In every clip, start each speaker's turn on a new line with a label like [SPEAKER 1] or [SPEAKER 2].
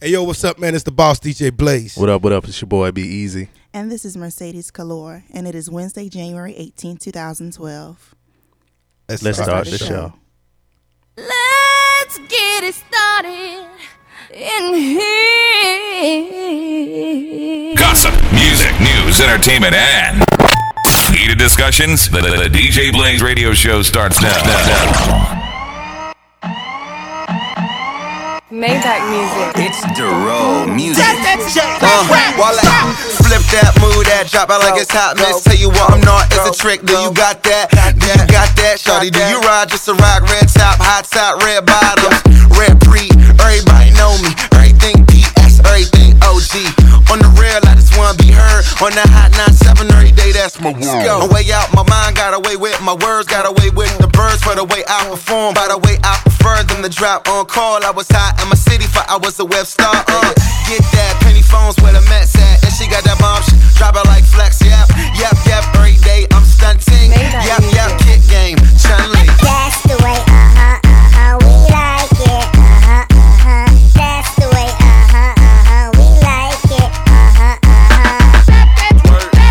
[SPEAKER 1] Hey yo, what's up, man? It's the boss DJ Blaze.
[SPEAKER 2] What up, what up? It's your boy Be Easy.
[SPEAKER 3] And this is Mercedes Calor, and it is Wednesday, January 18, 2012.
[SPEAKER 2] Let's start the show.
[SPEAKER 4] Let's get it started in here.
[SPEAKER 5] Gossip, music, news, entertainment, and heated discussions. The, the- the DJ Blaze radio show starts now.
[SPEAKER 4] Maybach music.
[SPEAKER 6] It's Duro music. Uh-huh.
[SPEAKER 7] Uh, while I flip that, move that, drop out like it's hot mess. Tell you what I'm not, it's a trick. Do you got that? Do you got that, Shawty? Do you ride just a rock? Red top, hot top, red bottom, red pre. Everybody know me. Everything PS, everything OG. On the real, I just wanna be heard. On the hot 97 every day, that's my world. My way out, my mind got away with my words, got away with the birds for the way I perform. By the way, I prefer them to drop on call. I was hot in my city for I was a web star. Uh, get that penny phones where the Mets at, and she got that bomb shit. Drop it like flex, yep, yep, yep. Every day I'm stunting,
[SPEAKER 4] Made that
[SPEAKER 7] yep, yep.
[SPEAKER 4] music.
[SPEAKER 7] Kid game, Chun Li.
[SPEAKER 8] That's the way, uh-huh, uh-huh, we like it, uh-huh, uh-huh. That's the way, uh-huh, uh-huh, we like it, uh-huh, uh-huh.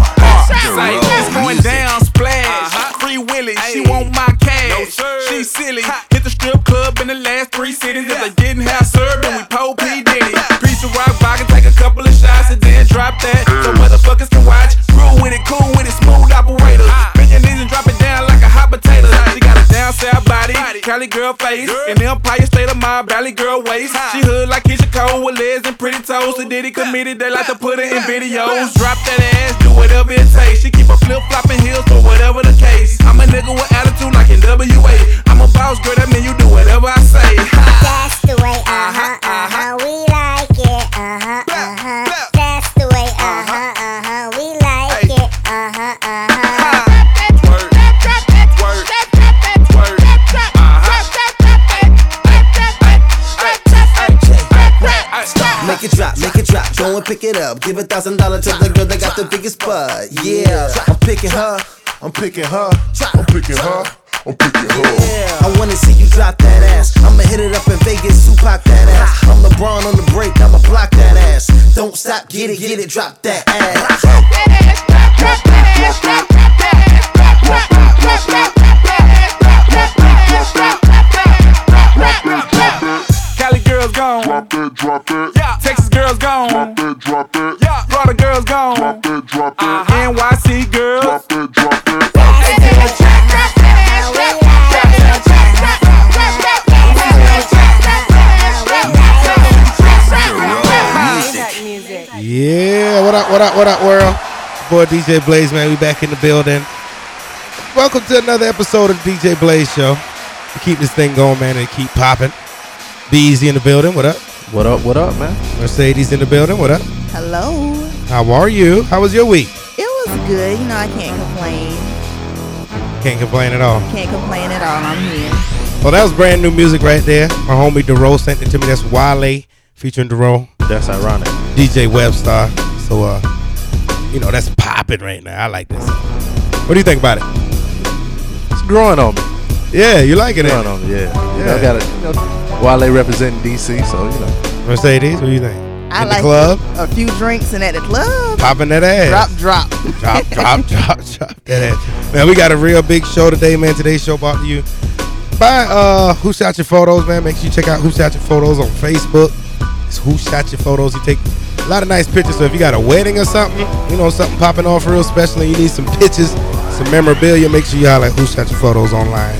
[SPEAKER 6] It's going down, splash. Free Willy, she want my cash. she silly. Hit the strip club in the last three cities. If they didn't have served, then we po P Diddy. Piece of rock, rock and take a couple of shots and then drop that. So motherfuckers can watch. Rule with it, cool with it, smooth operator. Bend your knees and drop it down like a hot potato. She got a down south Ah. body, Cali girl Ah. face, and Empire State of Mind, Valley girl waist. She hood like Keisha Cole with legs and pretty toes. The Diddy committed, they like to put it in videos. Drop that ass, do whatever it takes. She keep a flip flopping heels for whatever the case. I'm a nigga with attitude like NWA. I'm a boss girl, that mean you do whatever I say.
[SPEAKER 8] That's the way, uh-huh, uh-huh, we like it, uh-huh, uh-huh. That's the way, uh-huh, uh-huh, we like it, uh-huh, uh-huh.
[SPEAKER 7] Make it drop, make it drop, go and pick it up. Give a thousand dollar to the girl that got the biggest butt. Yeah, I'm picking her.
[SPEAKER 9] I'm picking her. I'm picking her. I'm picking her.
[SPEAKER 7] I wanna see you drop that ass. I'ma hit it up in Vegas, Tupac that ass. I'm LeBron on the break, I'ma block that ass. Don't stop, get it, get it, drop that ass.
[SPEAKER 6] Cali girls gone,
[SPEAKER 9] Drop it, drop it.
[SPEAKER 6] yeah. Texas girls gone,
[SPEAKER 9] Drop it, drop it.
[SPEAKER 6] yeah. Florida girls gone,
[SPEAKER 9] Drop it, drop it.
[SPEAKER 6] NYC girls.
[SPEAKER 9] Drop it, drop it.
[SPEAKER 8] That's the way, uh-huh, uh-huh, we like it, uh-huh, uh-huh. That's the way, uh-huh, uh-huh, we like it,
[SPEAKER 6] Hi.
[SPEAKER 4] Maybach music.
[SPEAKER 1] Yeah, what up, what up, what up, world? Boy, DJ Blaze, man, we back in the building. Welcome to another episode of the DJ Blaze Show. To keep this thing going, man, and keep popping. Be easy in the building. What up?
[SPEAKER 2] What up, what up, man?
[SPEAKER 1] Mercedes in the building. What up?
[SPEAKER 3] Hello.
[SPEAKER 1] How are you? How was your week?
[SPEAKER 3] It was good. You know, I can't complain.
[SPEAKER 1] Can't complain at all.
[SPEAKER 3] Can't complain at all. I'm here.
[SPEAKER 1] Well, that was brand new music right there. My homie Dero sent it to me. That's Wale featuring Dero,
[SPEAKER 2] That's ironic.
[SPEAKER 1] DJ Webstar. So, uh, you know, that's popping right now. I like this. What do you think about it?
[SPEAKER 2] It's growing on me.
[SPEAKER 1] Yeah, you liking it?
[SPEAKER 2] Growing on me, yeah. You
[SPEAKER 1] Yeah.
[SPEAKER 2] know, I gotta, you know, Wale representing DC, so, you know.
[SPEAKER 1] Mercedes, what do you think?
[SPEAKER 3] I
[SPEAKER 1] In the
[SPEAKER 3] like
[SPEAKER 1] club?
[SPEAKER 3] a few drinks and at the club.
[SPEAKER 1] Popping that ass.
[SPEAKER 3] Drop, drop.
[SPEAKER 1] drop, drop, drop, drop that ass. Man, we got a real big show today, man. Today's show brought to you by uh Who Shot Your Photos, man. Make sure you check out Who Shot Your Photos on Facebook. It's Who Shot Your Photos. You take a lot of nice pictures. So if you got a wedding or something, you know, something popping off real special and you need some pictures, some memorabilia, make sure you holler at Who Shot Your Photos online.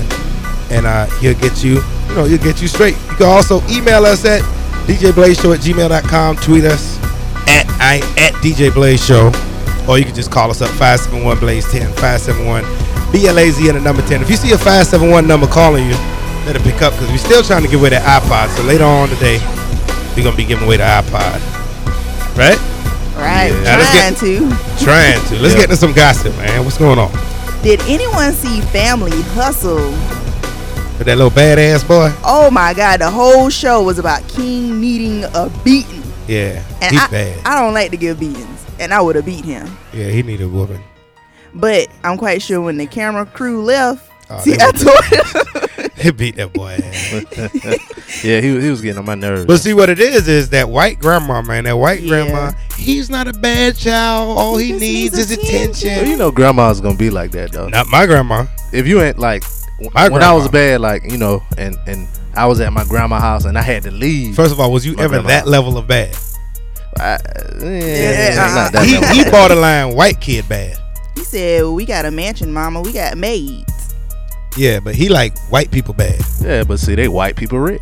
[SPEAKER 1] And uh he'll get you, you know, he'll get you straight. You can also email us at djblazeshow at gmail.com, tweet us at I at DJ Blaze Show. Or you can just call us up 571 Blaze 10 571 BLAZ and the number 10. If you see a 571 number calling you, let it pick up because we're still trying to give away that iPod. So later on today, we're going to be giving away the iPod. Right?
[SPEAKER 3] Right.
[SPEAKER 1] Now let's
[SPEAKER 3] Trying
[SPEAKER 1] get-
[SPEAKER 3] to.
[SPEAKER 1] Trying to. Let's
[SPEAKER 2] Yeah.
[SPEAKER 1] get into some gossip, man. What's going on?
[SPEAKER 3] Did anyone see Family Hustle?
[SPEAKER 1] With that little badass boy?
[SPEAKER 3] Oh my God, the whole show was about King needing a beating.
[SPEAKER 1] Yeah.
[SPEAKER 3] And
[SPEAKER 1] he's
[SPEAKER 3] I,
[SPEAKER 1] bad.
[SPEAKER 3] I don't like to give beatings, and I would have beat him.
[SPEAKER 1] yeah, he need a woman.
[SPEAKER 3] But I'm quite sure when the camera crew left,
[SPEAKER 2] Ah,
[SPEAKER 1] Oh,
[SPEAKER 3] See,
[SPEAKER 1] they
[SPEAKER 3] I
[SPEAKER 1] would-
[SPEAKER 3] told you.
[SPEAKER 1] They beat that boy. ass.
[SPEAKER 2] Yeah, he, was- he was getting on my nerves.
[SPEAKER 1] But see what it is is that white grandma, man. That white grandma.
[SPEAKER 3] Yeah.
[SPEAKER 1] He's not a bad child. All he,
[SPEAKER 3] He just
[SPEAKER 1] needs is
[SPEAKER 3] needs
[SPEAKER 1] attention.
[SPEAKER 2] Well, you know, grandma's gonna be like that though.
[SPEAKER 1] Not my grandma.
[SPEAKER 2] If you ain't like w-
[SPEAKER 1] My
[SPEAKER 2] when I was
[SPEAKER 1] grandma.
[SPEAKER 2] bad, like you know, and and I was at my grandma's house and I had to leave.
[SPEAKER 1] First of all, was you
[SPEAKER 2] My
[SPEAKER 1] ever
[SPEAKER 2] grandma.
[SPEAKER 1] that level of bad?
[SPEAKER 2] I, yeah,
[SPEAKER 3] Yeah,
[SPEAKER 2] not that
[SPEAKER 1] He,
[SPEAKER 2] bad.
[SPEAKER 1] he borderline white kid bad.
[SPEAKER 3] He said, "We got a mansion, Mama. We got maids."
[SPEAKER 1] Yeah, but he like white people bad.
[SPEAKER 2] yeah, but see, they white people rich.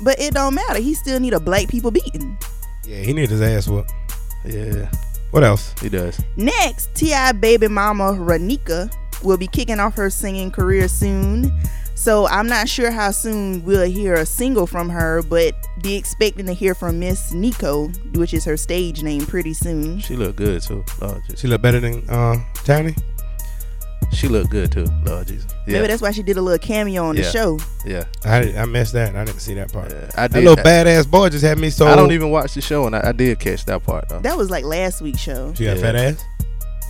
[SPEAKER 3] But it don't matter. He still need a black people beating.
[SPEAKER 1] Yeah, he need his ass whooped.
[SPEAKER 2] Yeah,
[SPEAKER 1] What else?
[SPEAKER 2] he does.
[SPEAKER 3] Next, Ti baby mama Ranika will be kicking off her singing career soon. So I'm not sure how soon we'll hear a single from her, but be expecting to hear from Miss Nico, which is her stage name, pretty soon.
[SPEAKER 2] She look good too. Lord Jesus.
[SPEAKER 1] She look better than uh Tiny.
[SPEAKER 2] She look good too. Lord Jesus. Yeah,
[SPEAKER 3] Maybe that's why she did a little cameo on
[SPEAKER 2] Yeah.
[SPEAKER 3] the show.
[SPEAKER 2] yeah.
[SPEAKER 1] I did, I missed that. I didn't see that part.
[SPEAKER 2] yeah. I
[SPEAKER 1] That
[SPEAKER 2] did.
[SPEAKER 1] little
[SPEAKER 2] I,
[SPEAKER 1] badass boy just had me so.
[SPEAKER 2] I don't even watch the show, and I, I did catch that part though.
[SPEAKER 3] That was like last week's show.
[SPEAKER 1] She got
[SPEAKER 2] Yeah.
[SPEAKER 1] fat ass,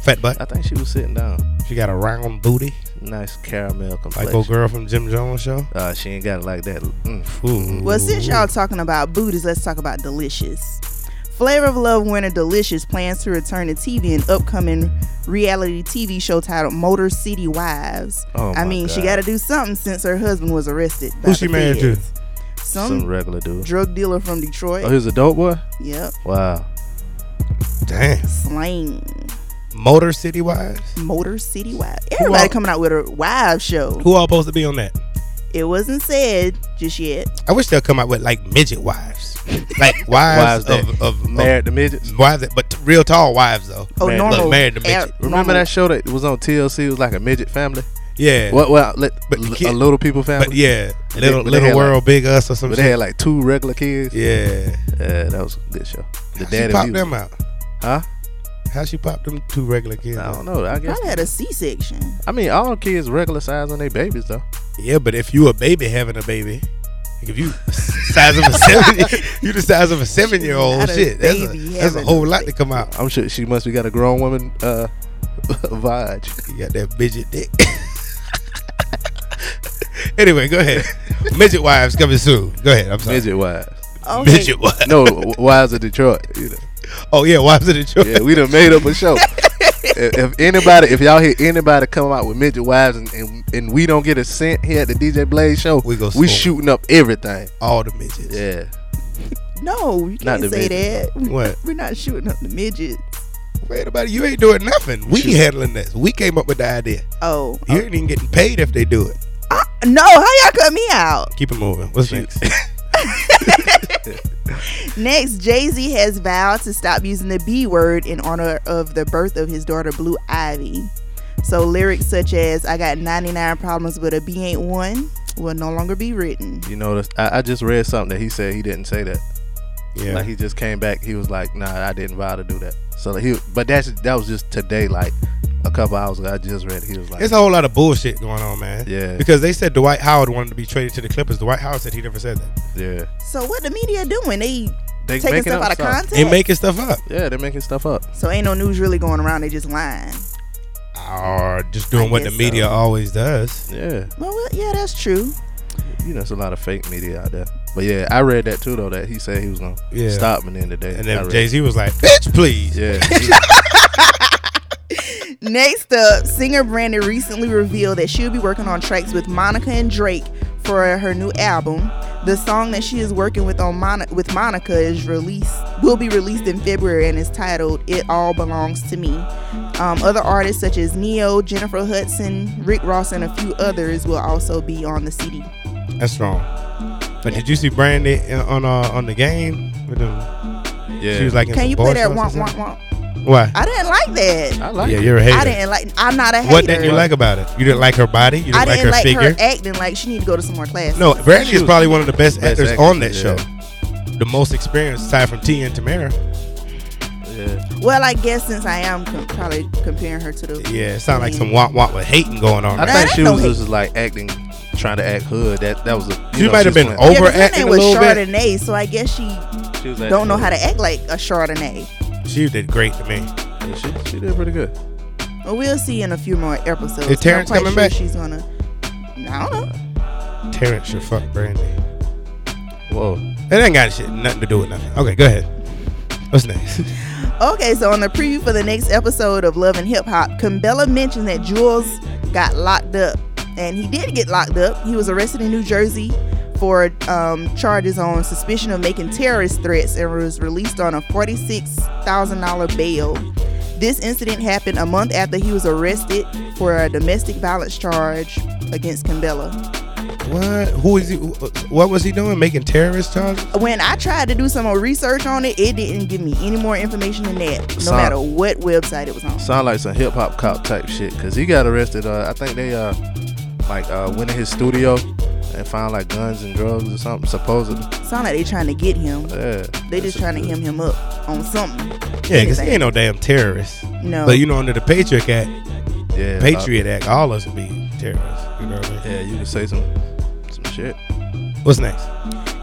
[SPEAKER 1] fat butt.
[SPEAKER 2] I think she was sitting down.
[SPEAKER 1] She got a round booty,
[SPEAKER 2] Nice caramel
[SPEAKER 1] like
[SPEAKER 2] complexion.
[SPEAKER 1] old girl from Jim Jones show.
[SPEAKER 2] Uh, she ain't got it like that. Mm.
[SPEAKER 1] Ooh.
[SPEAKER 3] Well, since y'all talking about booties, let's talk about Delicious. Flavor of Love winner Delicious plans to return to TV in upcoming reality TV show titled Motor City Wives.
[SPEAKER 2] Oh,
[SPEAKER 3] I
[SPEAKER 2] my
[SPEAKER 3] mean, she
[SPEAKER 2] God.
[SPEAKER 3] got to do something since her husband was arrested. by
[SPEAKER 1] Who she
[SPEAKER 3] the
[SPEAKER 1] married to?
[SPEAKER 3] feds. Some,
[SPEAKER 2] Some regular dude.
[SPEAKER 3] drug dealer from Detroit.
[SPEAKER 2] Oh, he's a dope boy.
[SPEAKER 3] yep,
[SPEAKER 2] Wow.
[SPEAKER 1] Damn,
[SPEAKER 3] slang.
[SPEAKER 1] Motor City Wives.
[SPEAKER 3] Motor City Wives. Everybody
[SPEAKER 1] all-
[SPEAKER 3] coming out with a wives show.
[SPEAKER 1] Who all supposed to be on that?
[SPEAKER 3] It wasn't said just yet.
[SPEAKER 1] I wish they'll come out with like midget wives, like wives,
[SPEAKER 2] Wives that
[SPEAKER 1] of, of
[SPEAKER 2] Married to midgets.
[SPEAKER 1] of- wives, that, but real tall wives though.
[SPEAKER 3] Oh,
[SPEAKER 2] Man,
[SPEAKER 3] normal.
[SPEAKER 1] look, married to midget.
[SPEAKER 2] Remember that show that was on TLC? It was like a midget family.
[SPEAKER 1] Yeah,
[SPEAKER 2] Well, well, let,
[SPEAKER 1] But the
[SPEAKER 2] l-
[SPEAKER 1] kid-
[SPEAKER 2] a little people
[SPEAKER 1] but
[SPEAKER 2] family.
[SPEAKER 1] yeah,
[SPEAKER 2] But they-
[SPEAKER 1] little
[SPEAKER 2] but they
[SPEAKER 1] little
[SPEAKER 2] had,
[SPEAKER 1] world, big us or some
[SPEAKER 2] But
[SPEAKER 1] shit.
[SPEAKER 2] they had like two regular kids.
[SPEAKER 1] yeah,
[SPEAKER 2] Yeah, that was a good show. The
[SPEAKER 1] she
[SPEAKER 2] daddy,
[SPEAKER 1] popped
[SPEAKER 2] view.
[SPEAKER 1] them out.
[SPEAKER 2] huh?
[SPEAKER 1] How she popped them two regular kids?
[SPEAKER 2] I
[SPEAKER 1] out?
[SPEAKER 2] don't know. Oh, I guess.
[SPEAKER 3] Probably had a C-section.
[SPEAKER 2] I mean, all kids regular size on their babies though.
[SPEAKER 1] Yeah, but if you a baby having a baby, like if you size of a seven, you the size of a seven year old.
[SPEAKER 3] Not a
[SPEAKER 1] Shit, that's a,
[SPEAKER 3] baby
[SPEAKER 1] that's a
[SPEAKER 3] having
[SPEAKER 1] whole
[SPEAKER 3] a
[SPEAKER 1] lot to come out.
[SPEAKER 2] I'm sure she must be got a grown woman uh vibe.
[SPEAKER 1] You got that midget dick. anyway, go ahead. Midget wives coming soon. Go ahead. I'm sorry. Midget,
[SPEAKER 2] Midget wise.
[SPEAKER 3] Okay.
[SPEAKER 1] wives.
[SPEAKER 2] No, w- wives of Detroit. You know.
[SPEAKER 1] Oh yeah, wives of Detroit.
[SPEAKER 2] Yeah, we done made up a show. if, if anybody, if y'all hear anybody come out with midget wives and, and, and we don't get a cent here at the DJ Blaze show,
[SPEAKER 1] We go slow.
[SPEAKER 2] we shooting up everything.
[SPEAKER 1] All the midgets.
[SPEAKER 2] Yeah.
[SPEAKER 3] No, you
[SPEAKER 2] Not
[SPEAKER 3] can't
[SPEAKER 2] the
[SPEAKER 3] say
[SPEAKER 2] midget.
[SPEAKER 3] that.
[SPEAKER 1] What?
[SPEAKER 3] We're not shooting up the midget.
[SPEAKER 1] Wait about it. You ain't doing nothing. We handling this. We came up with the idea.
[SPEAKER 3] Oh,
[SPEAKER 1] You ain't even getting paid if they do it.
[SPEAKER 3] no! How y'all cut me out?
[SPEAKER 1] Keep it moving. What's next?
[SPEAKER 3] Next, Jay Z has vowed to stop using the B word in honor of the birth of his daughter Blue Ivy. So lyrics such as "I got 99 problems, but a B ain't one" will no longer be written.
[SPEAKER 2] You know, that's- I, I just read something that he said he didn't say that.
[SPEAKER 1] Yeah.
[SPEAKER 2] Like he just came back. He was like, "Nah, I didn't vow to do that." So he, but that's that was just today, like a couple hours ago. I just read. It. He was like,
[SPEAKER 1] It's a whole lot of bullshit going on, man.
[SPEAKER 2] Yeah.
[SPEAKER 1] Because they said Dwight Howard wanted to be traded to the Clippers. Dwight Howard said he never said that.
[SPEAKER 2] "Yeah,
[SPEAKER 3] So what the media doing? They,
[SPEAKER 2] They
[SPEAKER 3] taking
[SPEAKER 2] making
[SPEAKER 3] stuff
[SPEAKER 2] up
[SPEAKER 3] out of
[SPEAKER 2] stuff.
[SPEAKER 3] context.
[SPEAKER 1] They making stuff up.
[SPEAKER 2] yeah, they're making stuff up."
[SPEAKER 3] so ain't no news really going around. They just lying.
[SPEAKER 1] Or just doing
[SPEAKER 3] I
[SPEAKER 1] what the
[SPEAKER 3] guess
[SPEAKER 1] media
[SPEAKER 3] so.
[SPEAKER 1] always does.
[SPEAKER 2] Yeah,
[SPEAKER 3] Well, well, yeah, that's true.
[SPEAKER 2] you know, it's a lot of fake media out there. But yeah, I read that too, though. That he said he was gonna
[SPEAKER 1] Yeah.
[SPEAKER 2] stop and then today.
[SPEAKER 1] And
[SPEAKER 2] I
[SPEAKER 1] then
[SPEAKER 2] read-
[SPEAKER 1] Jay Z was like, "Bitch, please."
[SPEAKER 2] Yeah,
[SPEAKER 3] Next up, singer Brandy recently revealed that she'll be working on tracks with Monica and Drake for her new album. The song that she is working with on Mon- with Monica is released will be released in February and is titled "It All Belongs to Me." Um, other artists such as Neo, Jennifer Hudson, Rick Ross, and a few others will also be on the CD.
[SPEAKER 1] That's wrong. But did you see Brandy in- on uh, on the game? With them?
[SPEAKER 2] yeah.
[SPEAKER 1] She was like, in
[SPEAKER 3] Can
[SPEAKER 1] some
[SPEAKER 3] you
[SPEAKER 1] bar
[SPEAKER 3] play that?
[SPEAKER 1] shorts or
[SPEAKER 3] Womp, womp,
[SPEAKER 1] something?
[SPEAKER 3] womp.
[SPEAKER 1] Why?
[SPEAKER 3] I didn't like that.
[SPEAKER 2] "I like."
[SPEAKER 1] yeah,
[SPEAKER 2] it.
[SPEAKER 1] you're a hater.
[SPEAKER 3] I didn't like. I'm not a hater.
[SPEAKER 1] what didn't you like about it? You didn't like her body. You didn't
[SPEAKER 3] I
[SPEAKER 1] like
[SPEAKER 3] didn't
[SPEAKER 1] her
[SPEAKER 3] like
[SPEAKER 1] figure.
[SPEAKER 3] her acting like she need to go to some more classes.
[SPEAKER 1] no, Brandy
[SPEAKER 2] She
[SPEAKER 1] is
[SPEAKER 2] was-
[SPEAKER 1] probably one of the best,
[SPEAKER 2] Best
[SPEAKER 1] actors
[SPEAKER 2] actress,
[SPEAKER 1] on that
[SPEAKER 2] yeah.
[SPEAKER 1] show. The most experienced, aside from T and Tamara.
[SPEAKER 2] Yeah.
[SPEAKER 3] Well, I guess since I am com- probably comparing her to the
[SPEAKER 1] Yeah, it sounded like some womp womp with hating going on.
[SPEAKER 3] Nah,
[SPEAKER 2] I think
[SPEAKER 3] that
[SPEAKER 2] she
[SPEAKER 3] don't
[SPEAKER 2] was
[SPEAKER 3] hate.
[SPEAKER 2] just like acting, trying to act hood. That that was a.
[SPEAKER 1] She might have
[SPEAKER 2] just
[SPEAKER 1] been
[SPEAKER 2] went-
[SPEAKER 1] over-
[SPEAKER 3] Yeah, 'cause her
[SPEAKER 1] Overacting
[SPEAKER 3] name
[SPEAKER 1] a
[SPEAKER 3] was
[SPEAKER 1] little bit.
[SPEAKER 3] Chardonnay, so I guess she
[SPEAKER 2] she was acting
[SPEAKER 3] don't know how
[SPEAKER 2] hood.
[SPEAKER 3] to act like a Chardonnay.
[SPEAKER 1] She did great to me.
[SPEAKER 2] Yeah, She, she did pretty good.
[SPEAKER 3] But we'll see in a few more episodes.
[SPEAKER 1] Is Terrence
[SPEAKER 3] I'm
[SPEAKER 1] coming
[SPEAKER 3] quite sure
[SPEAKER 1] back?
[SPEAKER 3] She's gonna. I don't know.
[SPEAKER 1] Terrence should fuck Brandy.
[SPEAKER 2] Whoa.
[SPEAKER 1] It ain't got shit nothing to do with nothing. Okay, go ahead. What's next?
[SPEAKER 3] Okay, so on the preview for the next episode of Love and Hip Hop, Cumbella mentioned that Jules got locked up, and he did get locked up. He was arrested in New Jersey for um, charges on suspicion of making terrorist threats and was released on a forty-six thousand dollar bail. This incident happened a month after he was arrested for a domestic violence charge against Cumbella.
[SPEAKER 1] what? Who is he? wh- What was he doing? Making terrorist charges?
[SPEAKER 3] when I tried to do some more research on it, it didn't give me any more information than that, no
[SPEAKER 2] Sound-
[SPEAKER 3] matter what website it was on.
[SPEAKER 2] Sound like some hip hop cop type shit. Cause he got arrested. Uh, I think they uh like uh went in his studio and found like guns and drugs or something. Supposedly.
[SPEAKER 3] Sound like they trying to get him.
[SPEAKER 2] Yeah.
[SPEAKER 3] They just trying to hem him up on something.
[SPEAKER 1] Yeah, because he ain't no damn terrorist.
[SPEAKER 3] No.
[SPEAKER 1] But you know, under the Patriot Act,
[SPEAKER 2] Yeah. uh,
[SPEAKER 1] Patriot Act, all us would be terrorists. You know what I mean?
[SPEAKER 2] yeah. You can say some some shit.
[SPEAKER 1] What's next?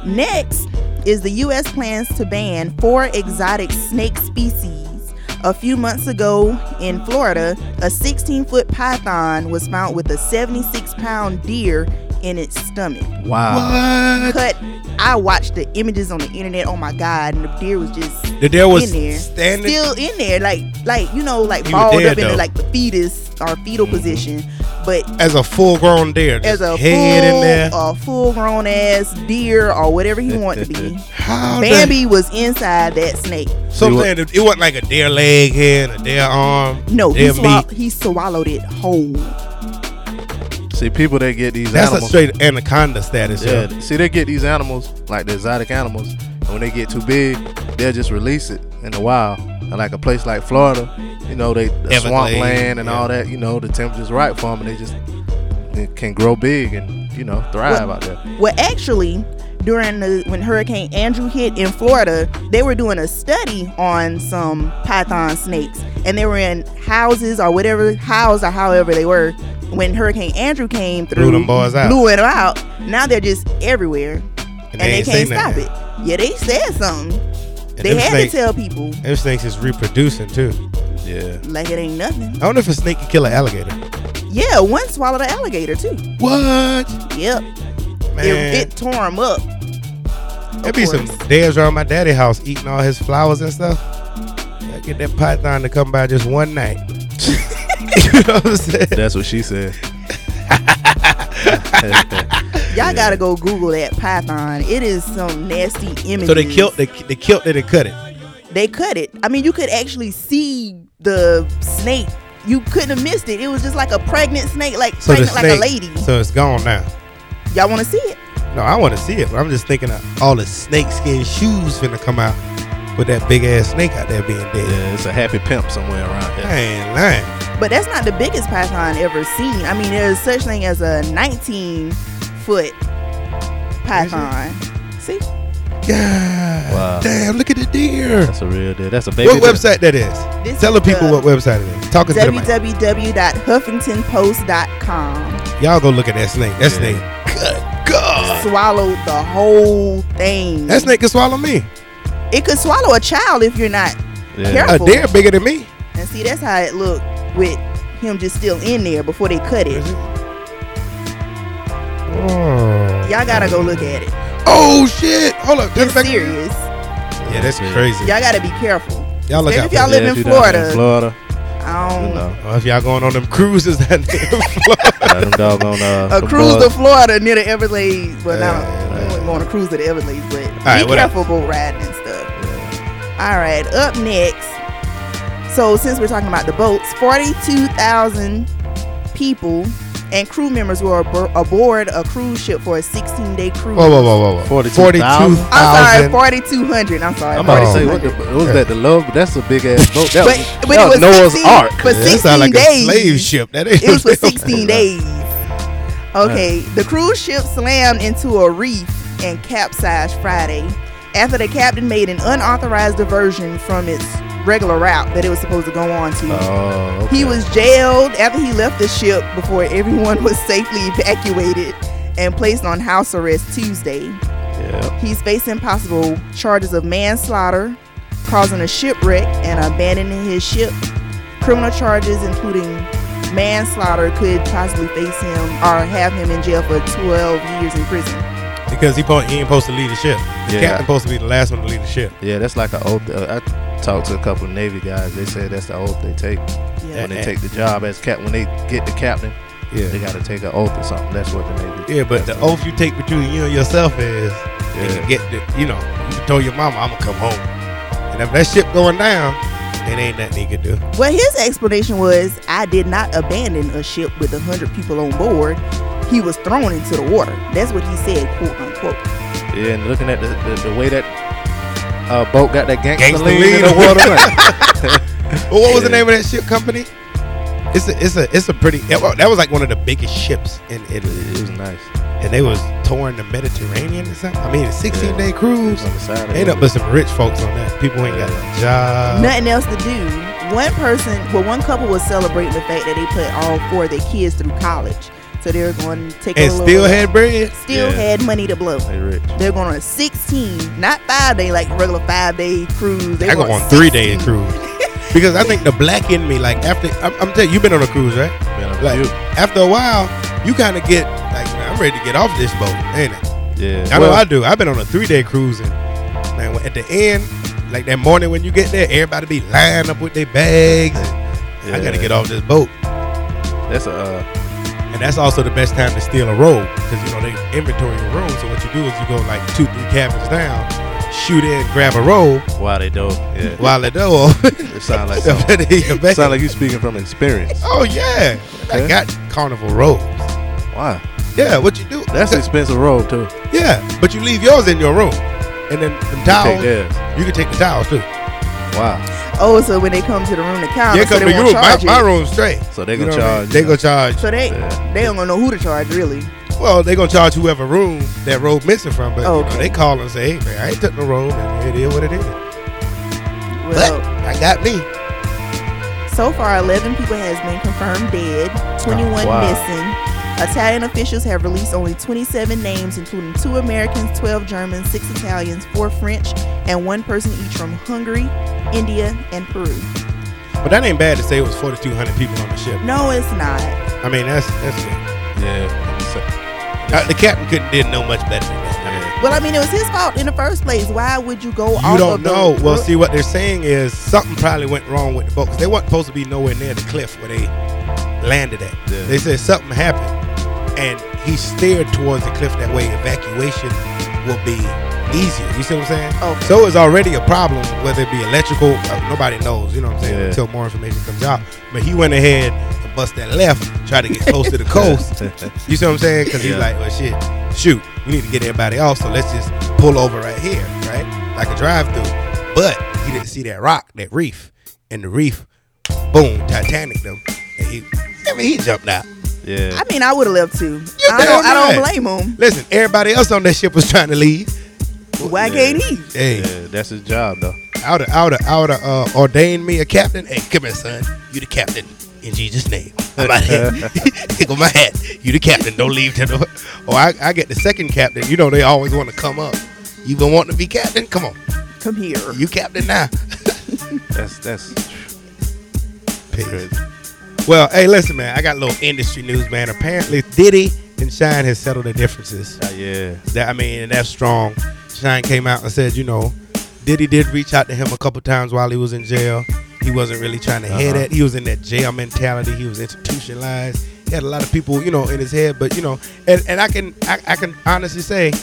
[SPEAKER 3] Next is the U.S. plans to ban four exotic snake species. A few months ago in Florida, a 16 foot python was found with a 76 pound deer in its stomach.
[SPEAKER 2] Wow.
[SPEAKER 1] What?
[SPEAKER 3] Cut. I watched the images on the internet. Oh my god! And the deer was just
[SPEAKER 1] The deer was
[SPEAKER 3] in there,
[SPEAKER 1] standing.
[SPEAKER 3] still in there, like like you know, like
[SPEAKER 1] He was
[SPEAKER 3] balled
[SPEAKER 1] dead,
[SPEAKER 3] up in
[SPEAKER 1] though.
[SPEAKER 3] the, like the fetus or fetal position, but
[SPEAKER 1] uh, as a full grown deer.
[SPEAKER 3] as a
[SPEAKER 1] head
[SPEAKER 3] full, uh,
[SPEAKER 1] in there.
[SPEAKER 3] a full grown ass deer or whatever he wanted to be.
[SPEAKER 1] How the-
[SPEAKER 3] Bambi was inside that snake.
[SPEAKER 1] So
[SPEAKER 2] See
[SPEAKER 1] I'm
[SPEAKER 2] what-
[SPEAKER 1] saying it it wasn't like a deer leg here and a deer arm.
[SPEAKER 3] No, he,
[SPEAKER 1] deer
[SPEAKER 3] swall- he swallowed it whole.
[SPEAKER 2] See people that get these
[SPEAKER 1] That's a
[SPEAKER 2] animals.
[SPEAKER 1] straight anaconda status. yo.
[SPEAKER 2] Yeah. See, they get these animals, like the exotic animals, and when they get too big, they'll just release it in the wild. And like a place like Florida, you know, they the
[SPEAKER 1] Everglades,
[SPEAKER 2] swamp land and
[SPEAKER 1] yeah.
[SPEAKER 2] all that, you know, the temperature's right for them, and they just they can grow big and you know thrive out there.
[SPEAKER 3] Well, actually, during the when Hurricane Andrew hit in Florida, they were doing a study on some python snakes, and they were in houses or whatever house or however they were when Hurricane Andrew came through.
[SPEAKER 1] them boys out.
[SPEAKER 3] Blew it out. Now they're just everywhere,
[SPEAKER 1] And
[SPEAKER 3] and,
[SPEAKER 1] they
[SPEAKER 3] they,
[SPEAKER 1] ain't
[SPEAKER 3] can't
[SPEAKER 1] say
[SPEAKER 3] stop
[SPEAKER 1] nothing.
[SPEAKER 3] it. Yeah, they said something.
[SPEAKER 1] And
[SPEAKER 3] they
[SPEAKER 1] them
[SPEAKER 3] had
[SPEAKER 1] snake-
[SPEAKER 3] to tell people
[SPEAKER 1] Them snakes is reproducing too.
[SPEAKER 2] Yeah.
[SPEAKER 3] like it ain't nothing.
[SPEAKER 1] I wonder if a snake can kill an alligator.
[SPEAKER 3] Yeah, one swallowed an alligator too.
[SPEAKER 1] What?
[SPEAKER 3] Yep,
[SPEAKER 1] Man,
[SPEAKER 3] it, it tore him up.
[SPEAKER 1] there be some
[SPEAKER 3] course.
[SPEAKER 1] deers around my daddy house eating all his flowers and stuff. I get that python to come by just one night. you know what I'm saying?
[SPEAKER 2] That's what she said.
[SPEAKER 3] Y'all gotta go Google that python. It is some nasty images.
[SPEAKER 1] So they killed they, they killed it and cut it.
[SPEAKER 3] They cut it. I mean, you could actually see the snake. You couldn't have missed it. It was just like a pregnant snake, like
[SPEAKER 1] So the
[SPEAKER 3] pregnant
[SPEAKER 1] snake,
[SPEAKER 3] like a lady.
[SPEAKER 1] So it's gone now.
[SPEAKER 3] Y'all want to see it?
[SPEAKER 1] No, I want to see it, but I'm just thinking of all the snakeskin shoes finna come out with that big ass snake out there being dead.
[SPEAKER 2] Yeah, it's a happy pimp somewhere around here.
[SPEAKER 1] I ain't lying.
[SPEAKER 3] But that's not the biggest python ever seen. I mean, there's such thing as a 19 foot python. See,
[SPEAKER 1] God
[SPEAKER 2] Wow.
[SPEAKER 1] damn, look at the deer.
[SPEAKER 2] That's a real deal. That's a baby.
[SPEAKER 1] What
[SPEAKER 2] deer.
[SPEAKER 1] website that is?
[SPEAKER 3] This
[SPEAKER 1] Tell the
[SPEAKER 3] is
[SPEAKER 1] people
[SPEAKER 3] the
[SPEAKER 1] what website it is. Talking to the mic.
[SPEAKER 3] www.huffingtonpost.com
[SPEAKER 1] Y'all go look at that snake. That snake. Good God.
[SPEAKER 3] swallowed the whole thing.
[SPEAKER 1] That snake can swallow me.
[SPEAKER 3] it could swallow a child if you're not
[SPEAKER 2] Yeah.
[SPEAKER 1] A
[SPEAKER 3] careful.
[SPEAKER 1] deer bigger than me.
[SPEAKER 3] And see, that's how it looked with him just still in there before they cut it.
[SPEAKER 1] Oh.
[SPEAKER 3] Y'all gotta go look at it.
[SPEAKER 1] Oh, shit. Hold up. Turn
[SPEAKER 3] It's
[SPEAKER 1] it back.
[SPEAKER 3] serious.
[SPEAKER 1] Yeah, that's crazy.
[SPEAKER 3] Y'all gotta be careful.
[SPEAKER 1] Y'all look
[SPEAKER 3] Maybe
[SPEAKER 1] out
[SPEAKER 3] if y'all
[SPEAKER 1] for
[SPEAKER 3] live
[SPEAKER 2] Yeah,
[SPEAKER 3] in
[SPEAKER 2] she down there
[SPEAKER 3] Florida.
[SPEAKER 2] In Florida.
[SPEAKER 3] I
[SPEAKER 2] You
[SPEAKER 3] don't.
[SPEAKER 2] know,
[SPEAKER 1] Oh, if y'all going on them cruises that
[SPEAKER 2] got them doggone, uh,
[SPEAKER 3] A
[SPEAKER 2] them
[SPEAKER 3] cruise
[SPEAKER 2] bugs.
[SPEAKER 3] to Florida near the Everglades. Well,
[SPEAKER 1] Yeah,
[SPEAKER 3] now we wouldn't go on a cruise to the Everglades, but be
[SPEAKER 1] right, whatever.
[SPEAKER 3] careful boat riding and stuff. All right, up next. So since we're talking about the boats, forty-two thousand people and crew members were abo- aboard a cruise ship for a sixteen-day cruise.
[SPEAKER 1] Whoa, whoa, whoa, whoa, whoa.
[SPEAKER 2] 42,000?
[SPEAKER 3] I'm sorry,
[SPEAKER 1] 42,000.
[SPEAKER 3] forty-two hundred. I'm sorry.
[SPEAKER 2] I'm about to
[SPEAKER 1] Oh,
[SPEAKER 2] say
[SPEAKER 1] my
[SPEAKER 2] what the what was that? The love? That's a big ass boat. That
[SPEAKER 3] But,
[SPEAKER 2] was,
[SPEAKER 3] but
[SPEAKER 2] that
[SPEAKER 3] it was
[SPEAKER 2] Noah's
[SPEAKER 3] 16,
[SPEAKER 2] Ark.
[SPEAKER 1] Yeah,
[SPEAKER 3] But
[SPEAKER 1] that
[SPEAKER 3] sixteen
[SPEAKER 1] sound like
[SPEAKER 3] days.
[SPEAKER 1] a slave ship. That ain't
[SPEAKER 3] It was for 16 days. Okay, the cruise ship slammed into a reef and capsized Friday after the captain made an unauthorized diversion from its regular route that it was supposed to go on to.
[SPEAKER 2] Oh, okay.
[SPEAKER 3] He was jailed after he left the ship before everyone was safely evacuated and placed on house arrest Tuesday.
[SPEAKER 2] Yeah.
[SPEAKER 3] He's facing possible charges of manslaughter, causing a shipwreck, and abandoning his ship Criminal charges, including manslaughter, could possibly face him or have him in jail for 12 years in prison.
[SPEAKER 1] because he, po- he ain't supposed to lead the ship. The
[SPEAKER 2] Yeah.
[SPEAKER 1] captain supposed to be the last one to lead the ship.
[SPEAKER 2] Yeah, that's like an oath. Uh, I talked to a couple of Navy guys. They said that's the oath they take when they
[SPEAKER 1] And-
[SPEAKER 2] take the job as cap. When they get the captain,
[SPEAKER 1] Yeah.
[SPEAKER 2] they got to take an oath or something. That's what the Navy.
[SPEAKER 1] Yeah, but the oath you take between you and yourself is
[SPEAKER 2] Yeah.
[SPEAKER 1] you get the, you know, you told your mama I'm gonna come home. And if that shit going down, it ain't nothing he could do.
[SPEAKER 3] Well, his explanation was I did not abandon a ship with 100 people on board. He was thrown into the water. That's what he said, quote unquote.
[SPEAKER 2] Yeah, and looking at the, the, the way that uh, boat got that gangster,
[SPEAKER 1] Gangsta
[SPEAKER 2] lean
[SPEAKER 1] lean
[SPEAKER 2] in the
[SPEAKER 1] in the
[SPEAKER 2] water.
[SPEAKER 1] Well, what was the
[SPEAKER 2] Yeah.
[SPEAKER 1] name of that ship company? It's a it's a it's a pretty that wa- that was like one of the biggest ships in Italy.
[SPEAKER 2] it was nice.
[SPEAKER 1] And they was touring the Mediterranean or something. I mean a 16
[SPEAKER 2] Yeah.
[SPEAKER 1] day cruise.
[SPEAKER 2] On the side of
[SPEAKER 1] Ain't up
[SPEAKER 2] it.
[SPEAKER 1] but some rich folks on that. People ain't got no job.
[SPEAKER 3] Nothing else to do. One person, well, one couple was celebrating the fact that they put all four of their kids through college. So they were going to take
[SPEAKER 1] and
[SPEAKER 3] a little
[SPEAKER 1] still had bread.
[SPEAKER 3] still
[SPEAKER 2] Yeah.
[SPEAKER 3] had money to blow.
[SPEAKER 2] They rich.
[SPEAKER 3] They're going on a 16, not five day like regular five day cruise. They
[SPEAKER 1] I go on three day cruise because I think the black in me, like after I'm, I'm telling you, you've been on a cruise, right?
[SPEAKER 2] Been on a
[SPEAKER 1] like
[SPEAKER 2] few.
[SPEAKER 1] after a while, you kind of get like, man, I'm ready to get off this boat, ain't it?
[SPEAKER 2] Yeah.
[SPEAKER 1] I know
[SPEAKER 2] Well,
[SPEAKER 1] I do. I've been on a three day cruise, and man, when- at the end, like that morning when you get there, everybody be lined up with their bags. and I gotta
[SPEAKER 2] Yeah.
[SPEAKER 1] get off this boat,
[SPEAKER 2] That's a. Uh,
[SPEAKER 1] and that's also the best time to steal a roll because you know they inventory your room. So what you do is you go like two, three cabins down, shoot in, grab a roll
[SPEAKER 2] why they dope. Yeah.
[SPEAKER 1] while the door.
[SPEAKER 2] It sound like something. It sound like you speaking from experience.
[SPEAKER 1] Oh yeah, I
[SPEAKER 2] Okay.
[SPEAKER 1] got carnival robes.
[SPEAKER 2] Wow.
[SPEAKER 1] Yeah, what you do?
[SPEAKER 2] That's an expensive robe too.
[SPEAKER 1] yeah, but you leave yours in your room, and then the towels.
[SPEAKER 2] theirs.
[SPEAKER 1] You can take the towels too.
[SPEAKER 2] Wow.
[SPEAKER 3] Oh, so when they come to the room to count,
[SPEAKER 1] Yeah,
[SPEAKER 3] so
[SPEAKER 1] come
[SPEAKER 3] they
[SPEAKER 1] to your
[SPEAKER 3] won't
[SPEAKER 1] room. My,
[SPEAKER 3] charge
[SPEAKER 1] my
[SPEAKER 3] it.
[SPEAKER 1] room's straight.
[SPEAKER 2] So they
[SPEAKER 1] You
[SPEAKER 2] gonna
[SPEAKER 1] know what I mean?
[SPEAKER 2] charge
[SPEAKER 1] They
[SPEAKER 2] you.
[SPEAKER 1] gonna charge.
[SPEAKER 3] So they
[SPEAKER 2] Yeah.
[SPEAKER 3] they don't gonna know who to charge really.
[SPEAKER 1] Well, they gonna charge whoever room that robe missing from. But you know,
[SPEAKER 3] Okay.
[SPEAKER 1] they call and say, "Hey man, I ain't took no robe, and it is what it is." But
[SPEAKER 3] Well,
[SPEAKER 1] I got me.
[SPEAKER 3] so far 11 people has been confirmed dead, 21
[SPEAKER 2] wow.
[SPEAKER 3] missing. Italian officials have released only 27 names, including two Americans, 12 Germans, six Italians, four French, and one person each from Hungary, India, and Peru.
[SPEAKER 1] But that ain't bad to say it was 4,200 people on the ship.
[SPEAKER 3] No, it's not.
[SPEAKER 1] I mean, that's that's it.
[SPEAKER 2] Yeah. So,
[SPEAKER 1] Uh, the captain couldn't did no much better than that. I mean,
[SPEAKER 3] Well, I mean, it was his fault in the first place. Why would you go
[SPEAKER 1] You
[SPEAKER 3] off
[SPEAKER 1] don't
[SPEAKER 3] of the-
[SPEAKER 1] know. Well, see, what they're saying is something probably went wrong with the boat 'cause they weren't supposed to be nowhere near the cliff where they landed at.
[SPEAKER 2] Yeah.
[SPEAKER 1] They said something happened, and he steered towards the cliff that way. Evacuation will be easier. You see what I'm saying?
[SPEAKER 3] Okay.
[SPEAKER 1] So it's already a problem, whether it be electrical. uh, Nobody knows. You know what I'm saying?
[SPEAKER 2] Yeah.
[SPEAKER 1] Until more information comes out. But he went ahead and bust that left, tried to get close to the coast. You see what I'm saying? Because he's
[SPEAKER 2] Yeah.
[SPEAKER 1] like, well, shit, shoot, we need to get everybody off, so let's just pull over right here, right? Like a drive through. But he didn't see that rock, that reef, and the reef, boom, Titanic them. And he, I mean, he jumped out.
[SPEAKER 2] yeah.
[SPEAKER 3] I mean, I would have left too.
[SPEAKER 1] You
[SPEAKER 3] I
[SPEAKER 1] damn
[SPEAKER 3] don't, I don't
[SPEAKER 1] right.
[SPEAKER 3] blame him.
[SPEAKER 1] Listen, everybody else on that ship was trying to leave.
[SPEAKER 3] Why can't he?
[SPEAKER 1] Hey,
[SPEAKER 2] yeah. That's his job though.
[SPEAKER 1] I would have uh, ordained me a captain. Hey, come here, son. You the captain. In Jesus' name. I'm out here. Take off my hat. You the captain. Don't leave till the Or I, I get the second captain. You know, they always want to come up. You been wanting to be captain? Come on.
[SPEAKER 3] Come here.
[SPEAKER 1] You captain now.
[SPEAKER 2] That's that's
[SPEAKER 1] Peace. Well, hey, listen, man. I got a little industry news, man. Apparently, Diddy and Shine has settled their differences.
[SPEAKER 2] Uh, yeah.
[SPEAKER 1] That I mean, and that's strong. Shine came out and said, you know, Diddy did reach out to him a couple times while he was in jail. He wasn't really trying to hear
[SPEAKER 2] Uh-huh.
[SPEAKER 1] that. He was in that jail mentality. He was institutionalized. He had a lot of people, you know, in his head. But you know, and, and I can I, I can honestly say,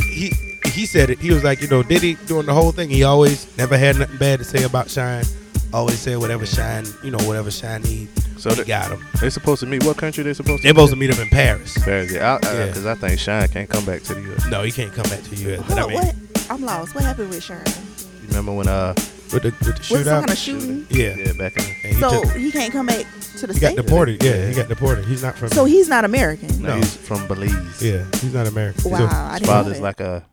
[SPEAKER 1] he he said it. He was like, you know, Diddy doing the whole thing. He always never had nothing bad to say about Shine. Always said whatever Shine, you know, whatever Shine need. So
[SPEAKER 2] So
[SPEAKER 1] he
[SPEAKER 2] the-
[SPEAKER 1] got him.
[SPEAKER 2] They supposed to meet. What country they supposed to?
[SPEAKER 1] They're supposed to meet up in Paris.
[SPEAKER 2] Paris. Yeah. Because I,
[SPEAKER 1] Yeah.
[SPEAKER 2] uh 'cause I think Shine can't come back to the U.S.
[SPEAKER 1] No, he can't come back to the U.S.
[SPEAKER 3] Hold
[SPEAKER 1] But I
[SPEAKER 3] on,
[SPEAKER 1] mean,
[SPEAKER 3] what? I'm lost. What happened with Sharon?
[SPEAKER 2] You remember when uh
[SPEAKER 1] with the, with the
[SPEAKER 3] What
[SPEAKER 1] shootout.
[SPEAKER 3] kind of shooting?
[SPEAKER 1] yeah.
[SPEAKER 2] yeah back in
[SPEAKER 1] And he
[SPEAKER 3] so
[SPEAKER 1] took-
[SPEAKER 3] he can't come back to the
[SPEAKER 1] He got
[SPEAKER 3] state.
[SPEAKER 1] deported. Yeah, he got deported. He's not from.
[SPEAKER 3] so he's not American.
[SPEAKER 2] no. he's from Belize.
[SPEAKER 1] yeah, he's not American.
[SPEAKER 3] Wow,
[SPEAKER 1] So,
[SPEAKER 3] I
[SPEAKER 2] His
[SPEAKER 3] didn't know
[SPEAKER 2] father's
[SPEAKER 3] that.
[SPEAKER 2] like a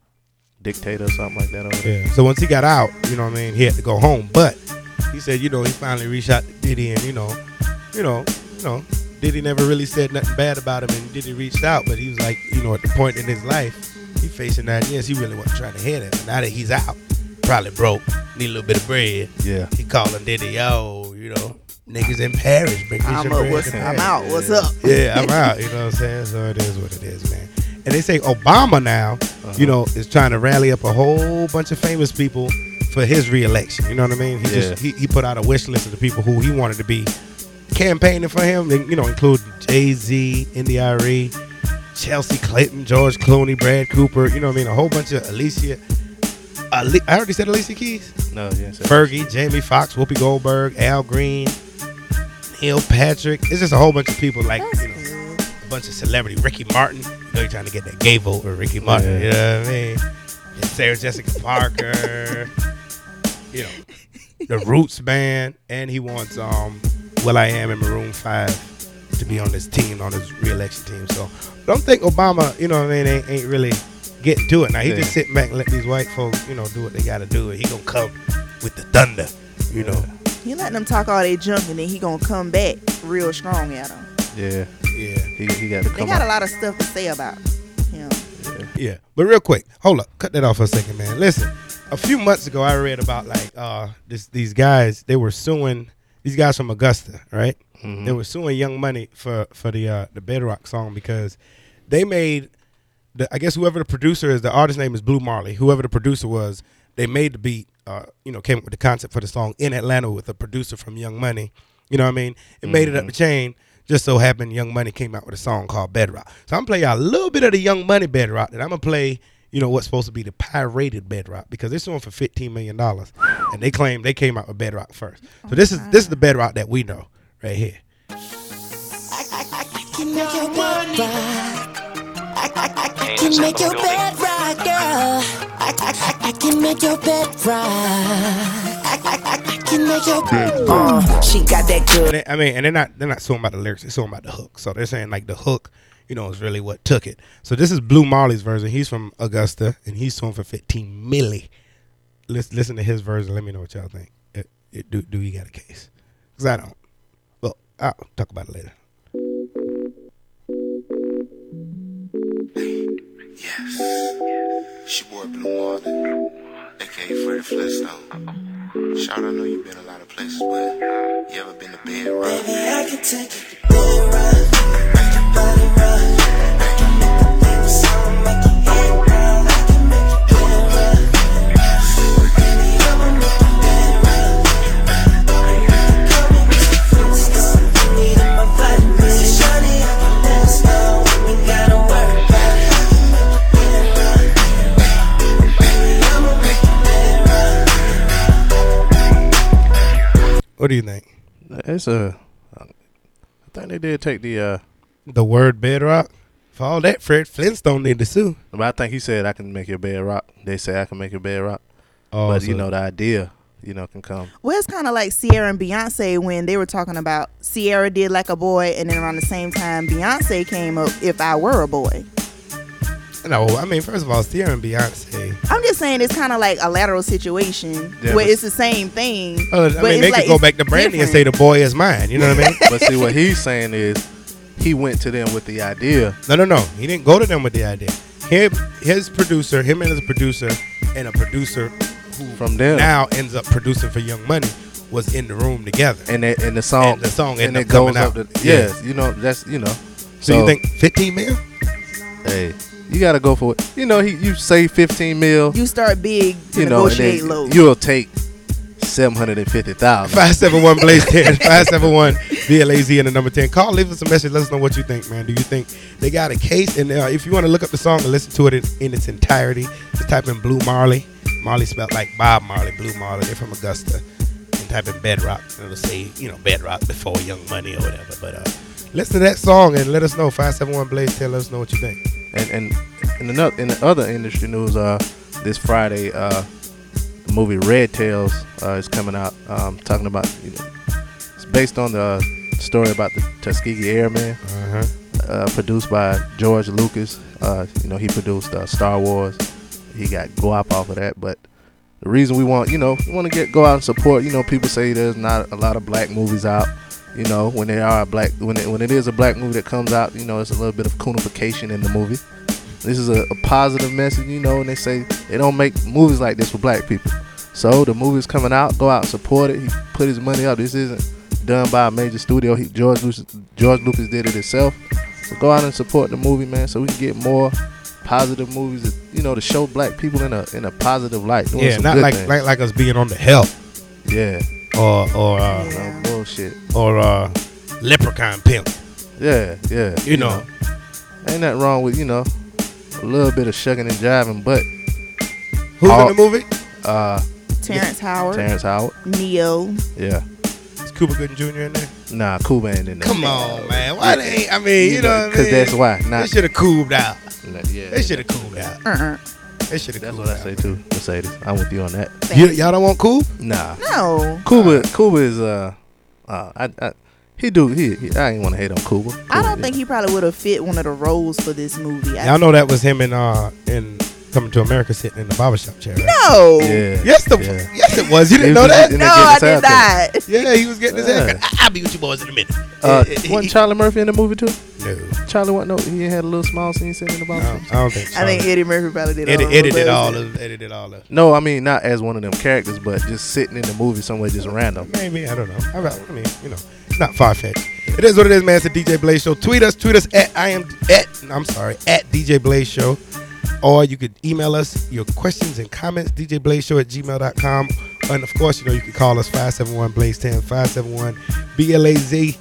[SPEAKER 2] dictator or something like that over there.
[SPEAKER 1] yeah. So once he got out, you know what I mean. He had to go home, but he said, you know, he finally reached out to Diddy, and you know, you know, you know, Diddy never really said nothing bad about him, and Diddy reached out, but he was like, you know, at the point in his life, he facing nine years, he really wasn't trying to hit it. Now that he's out, probably broke, need a little bit of bread.
[SPEAKER 2] Yeah.
[SPEAKER 1] He calling Diddy, yo, you know, Niggas in Paris. Big piece
[SPEAKER 3] I'm
[SPEAKER 1] of
[SPEAKER 3] up.
[SPEAKER 1] bread
[SPEAKER 3] What's,
[SPEAKER 1] in
[SPEAKER 3] I'm
[SPEAKER 1] Paris.
[SPEAKER 3] out. What's up?
[SPEAKER 1] Yeah, I'm out. You know what I'm saying? So it is what it is, man. And they say Obama now, you know, is trying to rally up a whole bunch of famous people for his reelection. You know what I mean? He
[SPEAKER 2] Yeah.
[SPEAKER 1] just he, he put out a wish list of the people who he wanted to be campaigning for him, and you know, including Jay Z, NDRE, E, Chelsea Clinton, George Clooney, Brad Cooper. You know what I mean? A whole bunch of Alicia. Ali- I already said Alicia Keys.
[SPEAKER 2] No, yes. sir.
[SPEAKER 1] Fergie, Jamie Foxx, Whoopi Goldberg, Al Green, Neil Patrick. It's just a whole bunch of people like you know, a bunch of celebrity. Ricky Martin. You know you're trying to get that gay vote with Ricky Martin. You know what I mean? And Sarah Jessica Parker. you know, the Roots Band, and he wants um, Will I Am in Maroon Five to be on this team, on this reelection team. So don't think Obama, you know what I mean, ain't, ain't really getting to it. Now he
[SPEAKER 2] Yeah.
[SPEAKER 1] just sitting back and let these white folks, you know, do what they got to do, and he gonna come with the thunder, you know.
[SPEAKER 3] You letting them talk all they junk and then he gonna come back real strong at them.
[SPEAKER 2] Yeah,
[SPEAKER 1] Yeah,
[SPEAKER 2] he, he got to
[SPEAKER 3] They
[SPEAKER 2] come
[SPEAKER 3] got a
[SPEAKER 2] out.
[SPEAKER 3] lot of stuff to say about him.
[SPEAKER 1] yeah. But real quick, hold up, cut that off for a second, man. Listen, a few months ago, I read about like uh, this these guys. They were suing these guys from Augusta, right? They were suing Young Money for for the uh, the Bedrock song because they made the I guess whoever the producer is, the artist name is Blue Marley. Whoever the producer was, they made the beat. Uh, you know, came up with the concept for the song in Atlanta with a producer from Young Money. You know what I mean? It made it up the chain. Just so happened, Young Money came out with a song called Bedrock. So I'm gonna play y'all a little bit of the Young Money Bedrock, and I'm gonna play you know what's supposed to be the pirated Bedrock because they're suing for 15 million dollars, and they claim they came out with Bedrock first. So this is this is the Bedrock that we know right here.
[SPEAKER 8] I can make your bed rock, girl. I, I, I, I can make your bed rock. I, I, I, I can make your bed rock.
[SPEAKER 10] Uh, She got that
[SPEAKER 1] And
[SPEAKER 10] good.
[SPEAKER 1] they- I mean, and they're not they're not suing about the lyrics. They're suing about the hook. So they're saying like the hook, you know, is really what took it. So this is Blue Marley's version. He's from Augusta, and he's suing for 15 milli. Let's listen to his version. Let me know what y'all think. It, it, do do you got a case? Cause I don't. Well, I'll talk about it later.
[SPEAKER 11] She wore Blue Marlin, aka Freddie Flintstone. Shout, I know you've been a lot of places, but you ever been to bed rock?
[SPEAKER 1] What do you think?
[SPEAKER 2] It's a. I think they did take the. uh
[SPEAKER 1] The word bedrock. For all that, Fred Flintstone need to sue.
[SPEAKER 2] But I think he said I can make your bed rock. They say I can make your bed rock.
[SPEAKER 1] Oh,
[SPEAKER 2] but
[SPEAKER 1] so-
[SPEAKER 2] you know the idea, you know, can come.
[SPEAKER 3] Well, it's kind of like Sierra and Beyonce when they were talking about Sierra did like a boy, and then around the same time Beyonce came up. If I were a boy,
[SPEAKER 1] no. I mean, first of all, Sierra and Beyonce.
[SPEAKER 3] I'm just saying it's kind of like a lateral situation
[SPEAKER 2] Yeah,
[SPEAKER 3] where
[SPEAKER 2] but-
[SPEAKER 3] it's the same thing.
[SPEAKER 1] Uh, I
[SPEAKER 3] but
[SPEAKER 1] mean,
[SPEAKER 3] it's
[SPEAKER 1] they
[SPEAKER 3] like
[SPEAKER 1] could go
[SPEAKER 3] it's
[SPEAKER 1] back to Brandy and say the
[SPEAKER 3] different.
[SPEAKER 1] boy is mine. You know what I mean?
[SPEAKER 2] But see, what he's saying is, he went to them with the idea.
[SPEAKER 1] No, no, no. He didn't go to them with the idea. Him, his producer, him and his producer, and a producer who
[SPEAKER 2] From them.
[SPEAKER 1] now ends up producing for Young Money was in the room together.
[SPEAKER 2] and it, and the song
[SPEAKER 1] And the song end up
[SPEAKER 2] it goes
[SPEAKER 1] coming
[SPEAKER 2] up
[SPEAKER 1] out.
[SPEAKER 2] to
[SPEAKER 1] Yeah.
[SPEAKER 2] yes, you know that's you know.
[SPEAKER 1] so, you think 15 mil?
[SPEAKER 2] hey, you gotta go for it. You know, he you say fifteen mil, you,
[SPEAKER 3] you start big to
[SPEAKER 2] know, and
[SPEAKER 3] negotiate
[SPEAKER 2] then
[SPEAKER 3] low.
[SPEAKER 2] you'll take seven hundred and fifty thousand.
[SPEAKER 1] 571 Blaze 10. 571 VLAZ and the number 10. Call, leave us a message. Let us know what you think, man. Do you think they got a case? And uh, if you want to look up the song and listen to it in, in its entirety, just type in Blue Marley. Marley spelled like Bob Marley, Blue Marley. They're from Augusta. And type in Bedrock. And it'll say, you know, Bedrock before Young Money or whatever. But uh, listen to that song and let us know. 571 Blaze 10. Let us know what you think.
[SPEAKER 2] And and in another in the other industry news, uh, this Friday, uh, the movie Red Tails uh, is coming out. Um, talking about you know, it's based on the uh, story about the Tuskegee Airmen.
[SPEAKER 1] Uh-huh.
[SPEAKER 2] uh, produced by George Lucas. Uh, you know, he produced uh, Star Wars. He got guap off of that. But the reason we want, you know, we want to get go out and support. You know, people say there's not a lot of black movies out. You know, when they are a black, when it, when it is a black movie that comes out, you know, it's a little bit of coonification in the movie. This is a, a positive message, you know, and they say they don't make movies like this for black people. So the movie's coming out. Go out and support it. He put his money up. This isn't done by a major studio. He, George Lucas, George Lucas did it himself. So go out and support the movie, man, so we can get more positive movies. that- You know, to show black people in a in a positive light. Doing
[SPEAKER 1] Yeah,
[SPEAKER 2] some
[SPEAKER 1] not
[SPEAKER 2] good
[SPEAKER 1] like,
[SPEAKER 2] things.
[SPEAKER 1] like like us being on the help
[SPEAKER 2] yeah,
[SPEAKER 1] or or uh,
[SPEAKER 2] no bullshit.
[SPEAKER 1] or uh, leprechaun pimp.
[SPEAKER 2] Yeah, yeah.
[SPEAKER 1] You know,
[SPEAKER 2] ain't nothing wrong with you know a little bit of shucking and jiving, but
[SPEAKER 1] who's
[SPEAKER 2] Oh.
[SPEAKER 1] in the movie?
[SPEAKER 2] uh,
[SPEAKER 3] Terrence Howard,
[SPEAKER 2] Terrence Howard,
[SPEAKER 3] Neo.
[SPEAKER 2] yeah,
[SPEAKER 1] Is Cooper Gooden Jr. in there?
[SPEAKER 2] nah, cool man in there.
[SPEAKER 1] Come on, man. Why they ain't? I mean, you, know, what I
[SPEAKER 2] because
[SPEAKER 1] mean?
[SPEAKER 2] that's why.
[SPEAKER 1] they
[SPEAKER 2] Not
[SPEAKER 1] should have cooled out.
[SPEAKER 2] yeah.
[SPEAKER 1] They should have cooled out.
[SPEAKER 3] Uh-uh.
[SPEAKER 1] They should have.
[SPEAKER 2] That's
[SPEAKER 1] cooled
[SPEAKER 2] what I
[SPEAKER 1] out.
[SPEAKER 2] say too, Mercedes. I'm with you on that.
[SPEAKER 1] You, y'all don't want cool?
[SPEAKER 2] Nah,
[SPEAKER 3] No,
[SPEAKER 2] Cuba, Cuba is uh, uh, I, I he do he, he I ain't want to hate on Cuba.
[SPEAKER 3] I don't think he probably would have fit one of the roles for this movie. I
[SPEAKER 1] Y'all know that was him and uh in Coming to America sitting in the barbershop chair. Right?
[SPEAKER 3] no,
[SPEAKER 2] Yeah.
[SPEAKER 1] Yes, the
[SPEAKER 2] Yeah.
[SPEAKER 1] yes it was. You didn't
[SPEAKER 2] It
[SPEAKER 1] know
[SPEAKER 2] was-
[SPEAKER 1] that?
[SPEAKER 3] no,
[SPEAKER 2] it- Didn't get
[SPEAKER 3] I
[SPEAKER 2] his
[SPEAKER 3] did
[SPEAKER 2] haircut.
[SPEAKER 3] not.
[SPEAKER 1] Yeah, he was getting his
[SPEAKER 2] Yeah.
[SPEAKER 1] haircut. I- I'll be with you boys in a minute.
[SPEAKER 2] Uh,
[SPEAKER 1] It- it-
[SPEAKER 2] wasn't
[SPEAKER 1] it-
[SPEAKER 2] Charlie Murphy in the movie too?
[SPEAKER 1] no,
[SPEAKER 2] Charlie, what? No, he had a little small scene sitting in the box.
[SPEAKER 1] no, I don't think. So.
[SPEAKER 3] I think Eddie Murphy probably did.
[SPEAKER 1] Eddie
[SPEAKER 3] all the
[SPEAKER 1] edited
[SPEAKER 3] roles.
[SPEAKER 1] all of edited all of.
[SPEAKER 2] No, I mean not as one of them characters, but just sitting in the movie somewhere, just random.
[SPEAKER 1] Maybe I don't know. I, I mean, you know, it's not far fetched. It is what it is, man. It's the DJ Blaze Show. Tweet us, tweet us at I am at I'm sorry at DJ Blaze Show, or you could email us your questions and comments DJ Blaze Show at gmail.com. and of course, you know you can call us 571 Blaze 10 571 B L A Z.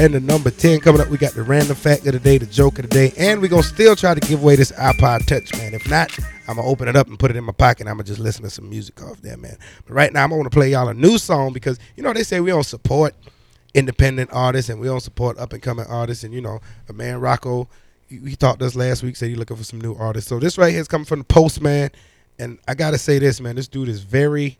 [SPEAKER 1] And the number 10 coming up, we got the random fact of the day, the joke of the day, and we're going to still try to give away this iPod Touch, man. If not, I'm going to open it up and put it in my pocket and I'm going to just listen to some music off there, man. But right now, I'm going to play y'all a new song because, you know, they say we don't support independent artists and we don't support up and coming artists. And, you know, a man, Rocco, he, he talked to us last week, said he's looking for some new artists. So this right here is coming from the Postman. And I got to say this, man, this dude is very,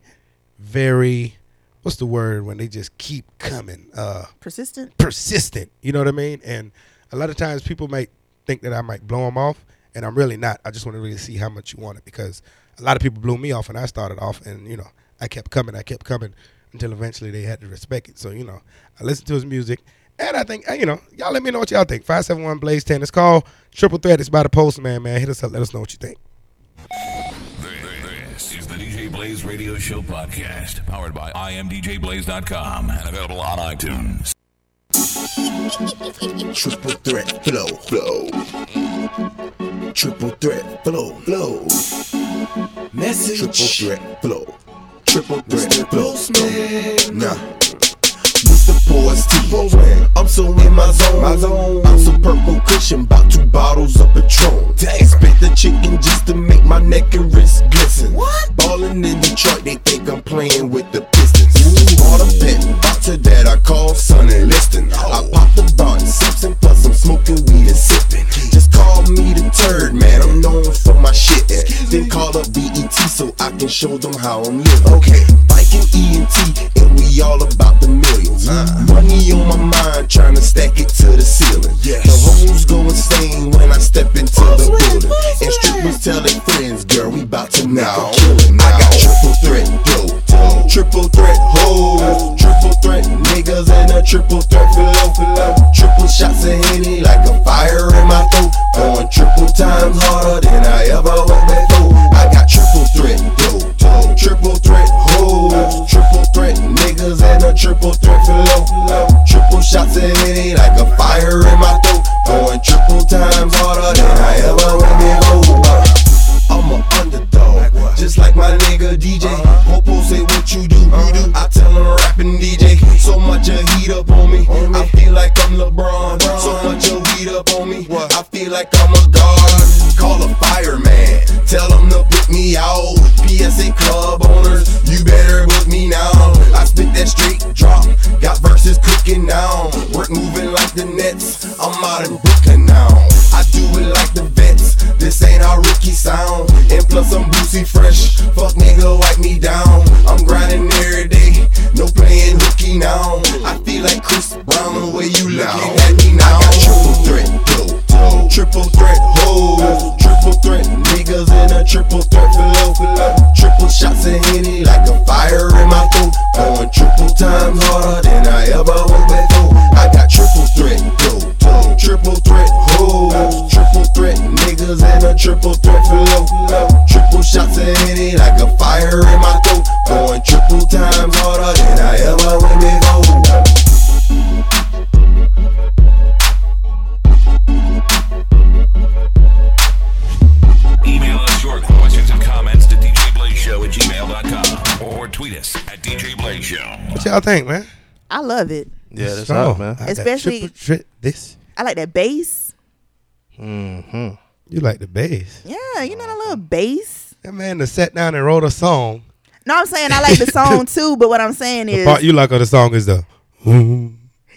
[SPEAKER 1] very, what's the word when they just keep coming? Uh,
[SPEAKER 3] Persistent.
[SPEAKER 1] persistent. You know what I mean? And a lot of times people might think that I might blow them off, and I'm really not. I just want to really see how much you want it because a lot of people blew me off, and I started off, and you know, I kept coming, I kept coming until eventually they had to respect it. So you know, I listened to his music. And I think, uh, you know, y'all let me know what y'all think. 571 Blaze 10. It's called Triple Threat. It's by the Postman, man. Hit us up. Let us know what you think.
[SPEAKER 5] This is the DJ Blaze Radio Show podcast, powered by imdjblaze.com and available on iTunes.
[SPEAKER 11] Triple threat, flow, flow. Triple threat, flow, flow.
[SPEAKER 4] Message.
[SPEAKER 11] Triple threat, flow. Triple threat, flow. Nah. With the boys, T. I'm so in my zone. My zone. I'm so purple cushion, bout two bottles of Patron. Dang. Spit the chicken just to make my neck and wrist glisten. What? Ballin' in Detroit, they think I'm playing with the Pistons. Bought a pit, boxer that I call Sonny Liston. I pop the bond, Simpson, plus I'm smoking weed and sipping. Just call me the turd, man. I'm known for my shit. Then call up BET so I can show them how I'm living. Okay, bike and ENT, and we all about the millions. Money on my mind, trying to stack it to the ceiling. The hoes go insane when I step into the building. And strippers tell their friends, girl, we bout to now. I got triple threat, yo. Triple threat, ho. Triple threat, niggas and a triple threat, flow, flow. Triple shots of Henny like a fire in my throat. Going triple times harder than I ever went before. I got triple threat, yo. Triple threat, ho. Triple threat, niggas and a triple threat, flow, flow. Triple shots of Henny like a fire in my throat. Going triple times harder than I ever went before. I'm a underdog, just like my nigga DJ. Popo say what you do, you do. I tell him rapping DJ. So much of heat up on me. I feel like I'm LeBron. So much of heat up on me. I feel like I'm a guard. Call a fireman. Tell him to put me out. PSA club owners, you better book me now. I spit that straight drop. Got verses cooking now. Work moving like the Nets. I'm out in Brooklyn now. I do it like the vets. This ain't how Ricky sound. And plus I'm boozy fresh. Fuck nigga, wipe me down. I'm grinding every day. No playing hooky now. I feel like Chris Brown the way you looking at me now. I got triple threat, yo. Triple threat, ho. Triple threat, niggas in a triple threat, flow, flow. Triple shots of Henny like a fire in my throat. Going triple times harder than I ever was before. I got triple threat, yo. Triple threat, ho. Triple threat, niggas and a triple threat flow. Triple shots of Henny like a fire in my throat. Going triple times harder than I ever went before.
[SPEAKER 1] What y'all think, man?
[SPEAKER 3] I love it.
[SPEAKER 2] Yeah, that's
[SPEAKER 1] So,
[SPEAKER 2] up, man.
[SPEAKER 1] I got
[SPEAKER 3] Especially-
[SPEAKER 1] triple tri- this.
[SPEAKER 3] I like that bass.
[SPEAKER 2] Mm-hmm.
[SPEAKER 1] You like the bass.
[SPEAKER 3] Yeah, you know that little bass.
[SPEAKER 1] Uh-huh. That man to sat down and wrote a song.
[SPEAKER 3] No, I'm saying I like the song too, but what I'm saying
[SPEAKER 1] The
[SPEAKER 3] is,
[SPEAKER 1] part you like of the song is the.
[SPEAKER 2] Mm-hmm.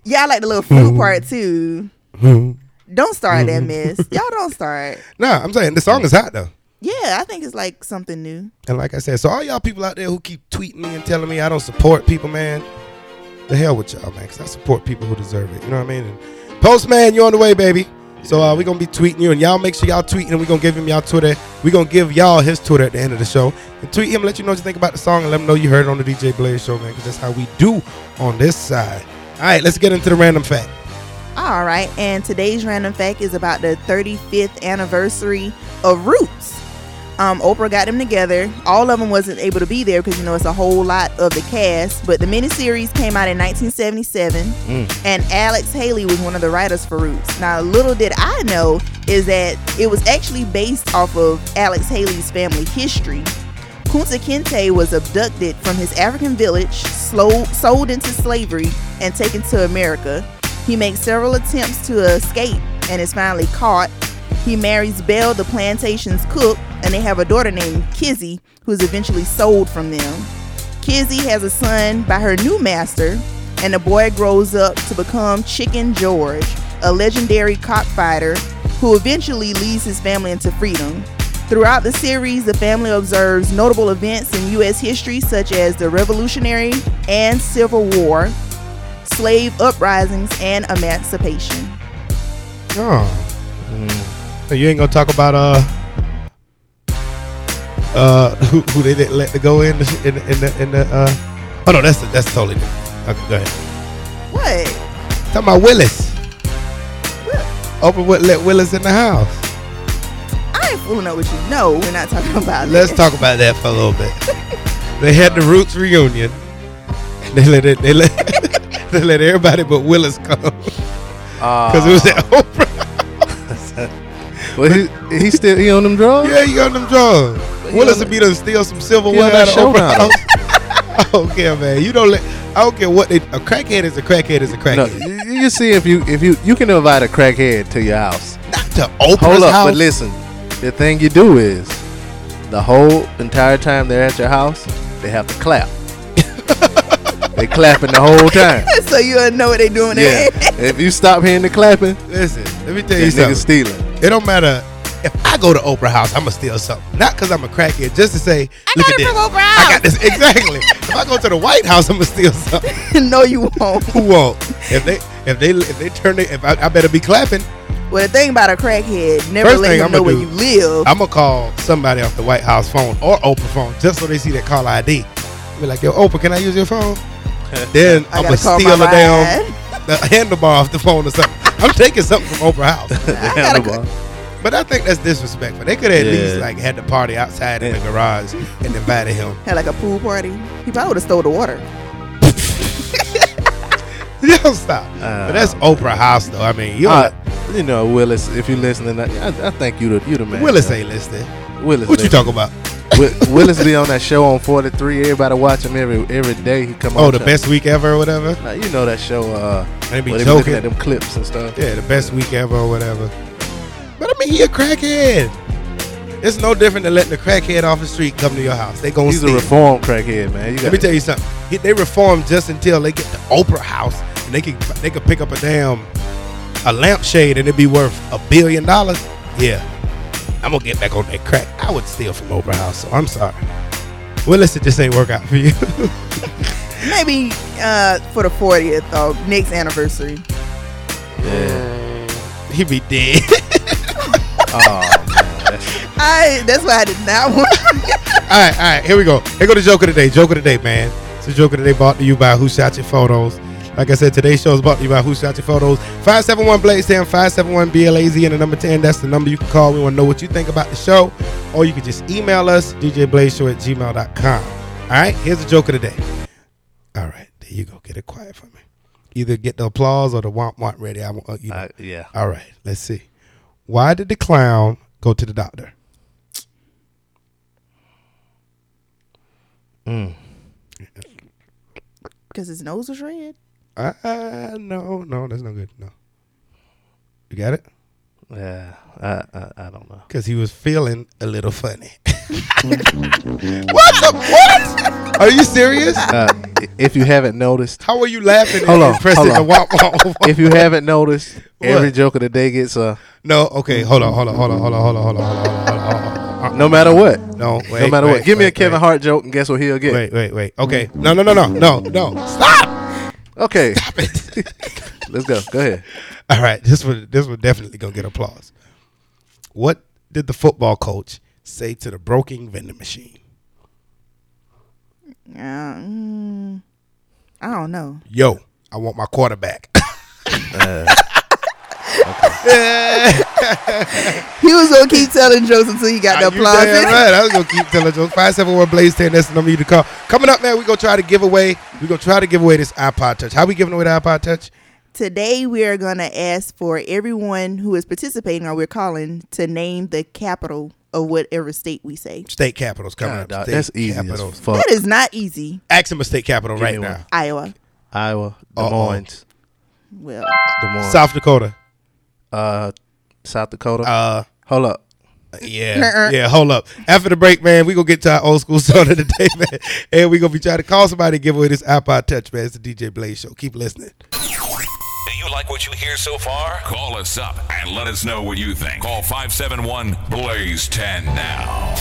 [SPEAKER 3] yeah, I like the little flute part too. Don't start that
[SPEAKER 1] Mm-hmm.
[SPEAKER 3] mess. Y'all don't start.
[SPEAKER 1] Nah, I'm saying the song is hot though.
[SPEAKER 3] Yeah, I think it's like something new.
[SPEAKER 1] And like I said, so all y'all people out there who keep tweeting me and telling me I don't support people, man, the hell with y'all, man, because I support people who deserve it. You know what I mean? And Postman, you're on the way, baby. So uh, we're going to be tweeting you, and y'all make sure y'all tweeting, and we're going to give him y'all Twitter. We're going to give y'all his Twitter at the end of the show. And tweet him, let you know what you think about the song, and let him know you heard it on the DJ Blaze show, man, because that's how we do on this side. All right, let's get into the random fact.
[SPEAKER 3] All right, and today's random fact is about the 35th anniversary of Roots. Um, Oprah got them together. All of them wasn't able to be there because you know it's a whole lot of the cast. But the miniseries came out in 1977, and Alex Haley was one of the writers for Roots. Now, little did I know is that it was actually based off of Alex Haley's family history. Kunta Kinte was abducted from his African village, slow, sold into slavery, and taken to America. He makes several attempts to escape and is finally caught. He marries Belle, the plantation's cook, and they have a daughter named Kizzy, who's eventually sold from them. Kizzy has a son by her new master, and the boy grows up to become Chicken George, a legendary cockfighter who eventually leads his family into freedom. Throughout the series, the family observes notable events in U.S. history such as the Revolutionary and Civil War, slave uprisings, and emancipation.
[SPEAKER 1] Oh. So you ain't going to talk about uh, uh, who, who they didn't let to go in the, in, the- in the, in the uh, oh no, that's that's totally different. Okay, go ahead.
[SPEAKER 3] What?
[SPEAKER 1] Talking about Willis. Oprah would let Willis in the house.
[SPEAKER 3] I ain't fooling up with you. No, we're not talking about
[SPEAKER 1] Let's
[SPEAKER 3] that.
[SPEAKER 1] talk about that for a little bit. they had the Roots reunion. They let it, they let they let everybody but Willis come because it was at Oprah.
[SPEAKER 2] But he he still he on them drugs.
[SPEAKER 1] Yeah, you on them drugs. Willis would be done steal some silverware
[SPEAKER 2] Yeah, that
[SPEAKER 1] out of Oprah.
[SPEAKER 2] showdown.
[SPEAKER 1] House. I don't care, man. You don't let. I don't care what they. A crackhead is a crackhead is a
[SPEAKER 2] No,
[SPEAKER 1] crackhead.
[SPEAKER 2] you, you see if you if you you can invite a crackhead to your house.
[SPEAKER 1] Not to Oprah's
[SPEAKER 2] Hold up,
[SPEAKER 1] house.
[SPEAKER 2] but listen. The thing you do is the whole entire time they're at your house, they have to clap. they clapping the whole time.
[SPEAKER 3] so you'll know what they doing
[SPEAKER 2] Yeah.
[SPEAKER 3] there.
[SPEAKER 2] If you stop hearing the clapping,
[SPEAKER 1] Listen, let me tell you
[SPEAKER 2] that
[SPEAKER 1] something.
[SPEAKER 2] nigga's stealing.
[SPEAKER 1] It don't matter if I go to Oprah House, I'ma steal something. Not because I'm a crackhead, just to say, look
[SPEAKER 12] got
[SPEAKER 1] at
[SPEAKER 12] it
[SPEAKER 1] this.
[SPEAKER 12] from Oprah
[SPEAKER 1] I got this exactly. if I go to the White House, I'ma steal something.
[SPEAKER 3] no, you won't.
[SPEAKER 1] Who won't? If they if they if they turn it, if I, I better be clapping,
[SPEAKER 3] Well, the thing about a crackhead, never
[SPEAKER 1] First
[SPEAKER 3] let
[SPEAKER 1] thing
[SPEAKER 3] him
[SPEAKER 1] I'ma
[SPEAKER 3] know where
[SPEAKER 1] do-
[SPEAKER 3] you live.
[SPEAKER 1] I'ma call somebody off the White House phone or Oprah phone just so they see that call ID. Be like, yo, Oprah, can I use your phone? Then
[SPEAKER 3] I
[SPEAKER 1] I'ma
[SPEAKER 3] gotta call
[SPEAKER 1] steal the
[SPEAKER 3] my
[SPEAKER 1] damn
[SPEAKER 3] ride.
[SPEAKER 1] the handlebar off the phone or something. I'm taking something from Oprah House.
[SPEAKER 2] The handlebar.
[SPEAKER 1] But I think that's disrespectful. They could have at least
[SPEAKER 2] Yeah.
[SPEAKER 1] like had the party outside in the garage and invited him.
[SPEAKER 3] Had like a pool party. He probably would have stole the water.
[SPEAKER 1] Don't stop. but that's Oprah House, though. I mean, you
[SPEAKER 2] Uh, you know, Willis, if you listening, I, I, I think you the you the man.
[SPEAKER 1] Willis
[SPEAKER 2] man.
[SPEAKER 1] ain't listening.
[SPEAKER 2] Willis.
[SPEAKER 1] What you
[SPEAKER 2] baby.
[SPEAKER 1] talking about?
[SPEAKER 2] Wi- Willis be on that show on 43. Everybody watch him every every day. He come on.
[SPEAKER 1] Oh, the
[SPEAKER 2] show.
[SPEAKER 1] best week ever or whatever.
[SPEAKER 2] Now, you know that show. Uh,
[SPEAKER 1] They be
[SPEAKER 2] where they be
[SPEAKER 1] joking.
[SPEAKER 2] looking at them clips and stuff.
[SPEAKER 1] Yeah, the best week ever or whatever. But I mean, he a crackhead. It's no different than letting a crackhead off the street come to your house. They gonna
[SPEAKER 2] He's a
[SPEAKER 1] steal.
[SPEAKER 2] reformed crackhead, man. You got
[SPEAKER 1] Let me tell you something. He- They reform just until they get to Oprah House, and they can they could pick up a damn a lampshade, and it'd be worth a billion dollars. Yeah, I'm gonna get back on that crack. I would steal from Oprah House, so I'm sorry. Well, listen, just ain't work out for you.
[SPEAKER 3] Maybe uh, for the 40th or next anniversary.
[SPEAKER 1] he be dead.
[SPEAKER 2] Oh,
[SPEAKER 3] I that's why I did not want.
[SPEAKER 1] all right, all right, here we go. Here go the joke of the day. Joke of the day, man. It's the joke of the day brought to you by Who Shot Your Photos. Like I said, today's show is brought to you by Who Shot Your Photos. 571 Blaze 10, 571 BLAZ, and the number 10. That's the number you can call. We want to know what you think about the show. Or you can just email us, djblazeshow at gmail.com. All right, here's the joke of the day. All right, there you go. Get it quiet for me. Either get the applause or the womp womp ready. I, want- uh, you know.
[SPEAKER 2] Uh, yeah.
[SPEAKER 1] All right, let's see. Why did the clown go to the doctor?
[SPEAKER 2] Mm.
[SPEAKER 3] because his nose was red.
[SPEAKER 1] Ah, no, no, that's not good. No. You got it?
[SPEAKER 2] Yeah, I, I I don't know.
[SPEAKER 1] Because he was feeling a little funny. what the what? Are you serious?
[SPEAKER 2] Uh, i- if you haven't noticed,
[SPEAKER 1] How are you laughing?
[SPEAKER 2] Hold on,
[SPEAKER 1] pressing
[SPEAKER 2] hold on.
[SPEAKER 1] the wop wop?
[SPEAKER 2] if you haven't noticed, every joke of the day gets uh, a
[SPEAKER 1] No, okay, hold on, hold on, hold on, hold on, hold on, hold on, hold on, hold on, hold on.
[SPEAKER 2] uh, no matter what.
[SPEAKER 1] No,
[SPEAKER 2] no
[SPEAKER 1] wait,
[SPEAKER 2] matter
[SPEAKER 1] wait,
[SPEAKER 2] what. Give me a
[SPEAKER 1] wait,
[SPEAKER 2] Kevin
[SPEAKER 1] wait.
[SPEAKER 2] Hart joke and guess what he'll get. Mm-hmm.
[SPEAKER 1] Wait, wait, wait. Okay, no, no, no, no, no, no. Stop.
[SPEAKER 2] Okay. Let's go. Go ahead.
[SPEAKER 1] All right, this one, this one definitely gonna get applause. What did the football coach say to the broken vending machine?
[SPEAKER 3] Uh, mm, I don't know.
[SPEAKER 1] Yo, I want my quarterback.
[SPEAKER 3] He was gonna keep telling jokes until he got the
[SPEAKER 1] Are you
[SPEAKER 3] applause.
[SPEAKER 1] damn right. I was gonna keep telling jokes. Five seven one Blaze ten. That's the number you to call. Coming up, man, we gonna try to give away. We gonna try to give away this iPod Touch. How we giving away the iPod Touch?
[SPEAKER 3] Today we are gonna ask for everyone who is participating or we're calling to name the capital of whatever state we say.
[SPEAKER 1] State capitals coming
[SPEAKER 2] God,
[SPEAKER 1] up.
[SPEAKER 2] dog,
[SPEAKER 1] state
[SPEAKER 2] that's easy as
[SPEAKER 1] Capitals.
[SPEAKER 2] fuck.
[SPEAKER 3] That is not easy.
[SPEAKER 1] Ask them a state capital
[SPEAKER 2] me
[SPEAKER 1] right
[SPEAKER 2] one.
[SPEAKER 1] now.
[SPEAKER 3] Iowa.
[SPEAKER 2] Iowa, Des
[SPEAKER 1] Uh-oh.
[SPEAKER 2] Moines,
[SPEAKER 3] Well,
[SPEAKER 2] Des Moines,
[SPEAKER 1] South Dakota.
[SPEAKER 2] uh, South Dakota.
[SPEAKER 1] Uh,
[SPEAKER 2] Hold up.
[SPEAKER 1] Yeah, yeah. Hold up. After the break, man, we gonna get to our old school song of the day, man, and we gonna be trying to call somebody to give away this iPod Touch, man. It's the DJ Blaze Show. Keep listening.
[SPEAKER 5] Do you like what you hear so far? Call us up and let us know what you think. Call 571 Blaze 10 now.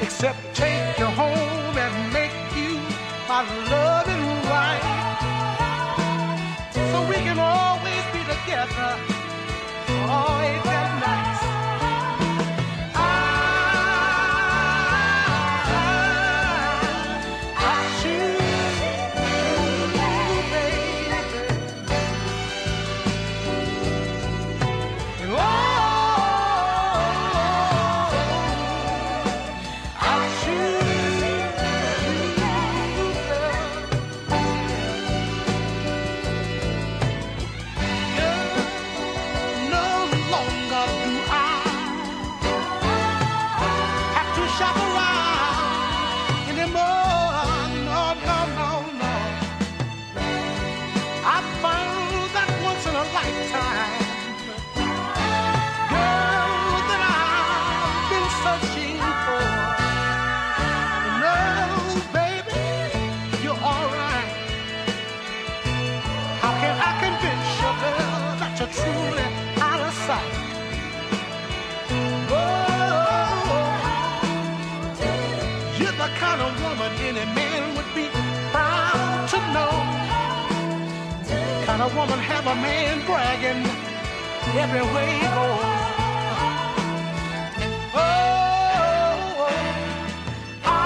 [SPEAKER 4] Except take you home and make you my loving wife. So we can always be together. Always at night. I, I choose you, baby. And oh, I choose you, girl. No longer do I have to shop around anymore. No, no, no, no. I found that once in a lifetime girl that I've been searching for. No, baby, you're alright. How can I convince you, girl, that you're truly out of sight? Oh, you're the kind of woman any man would be proud to know. Kind of woman have a man bragging every way he goes. Oh, I,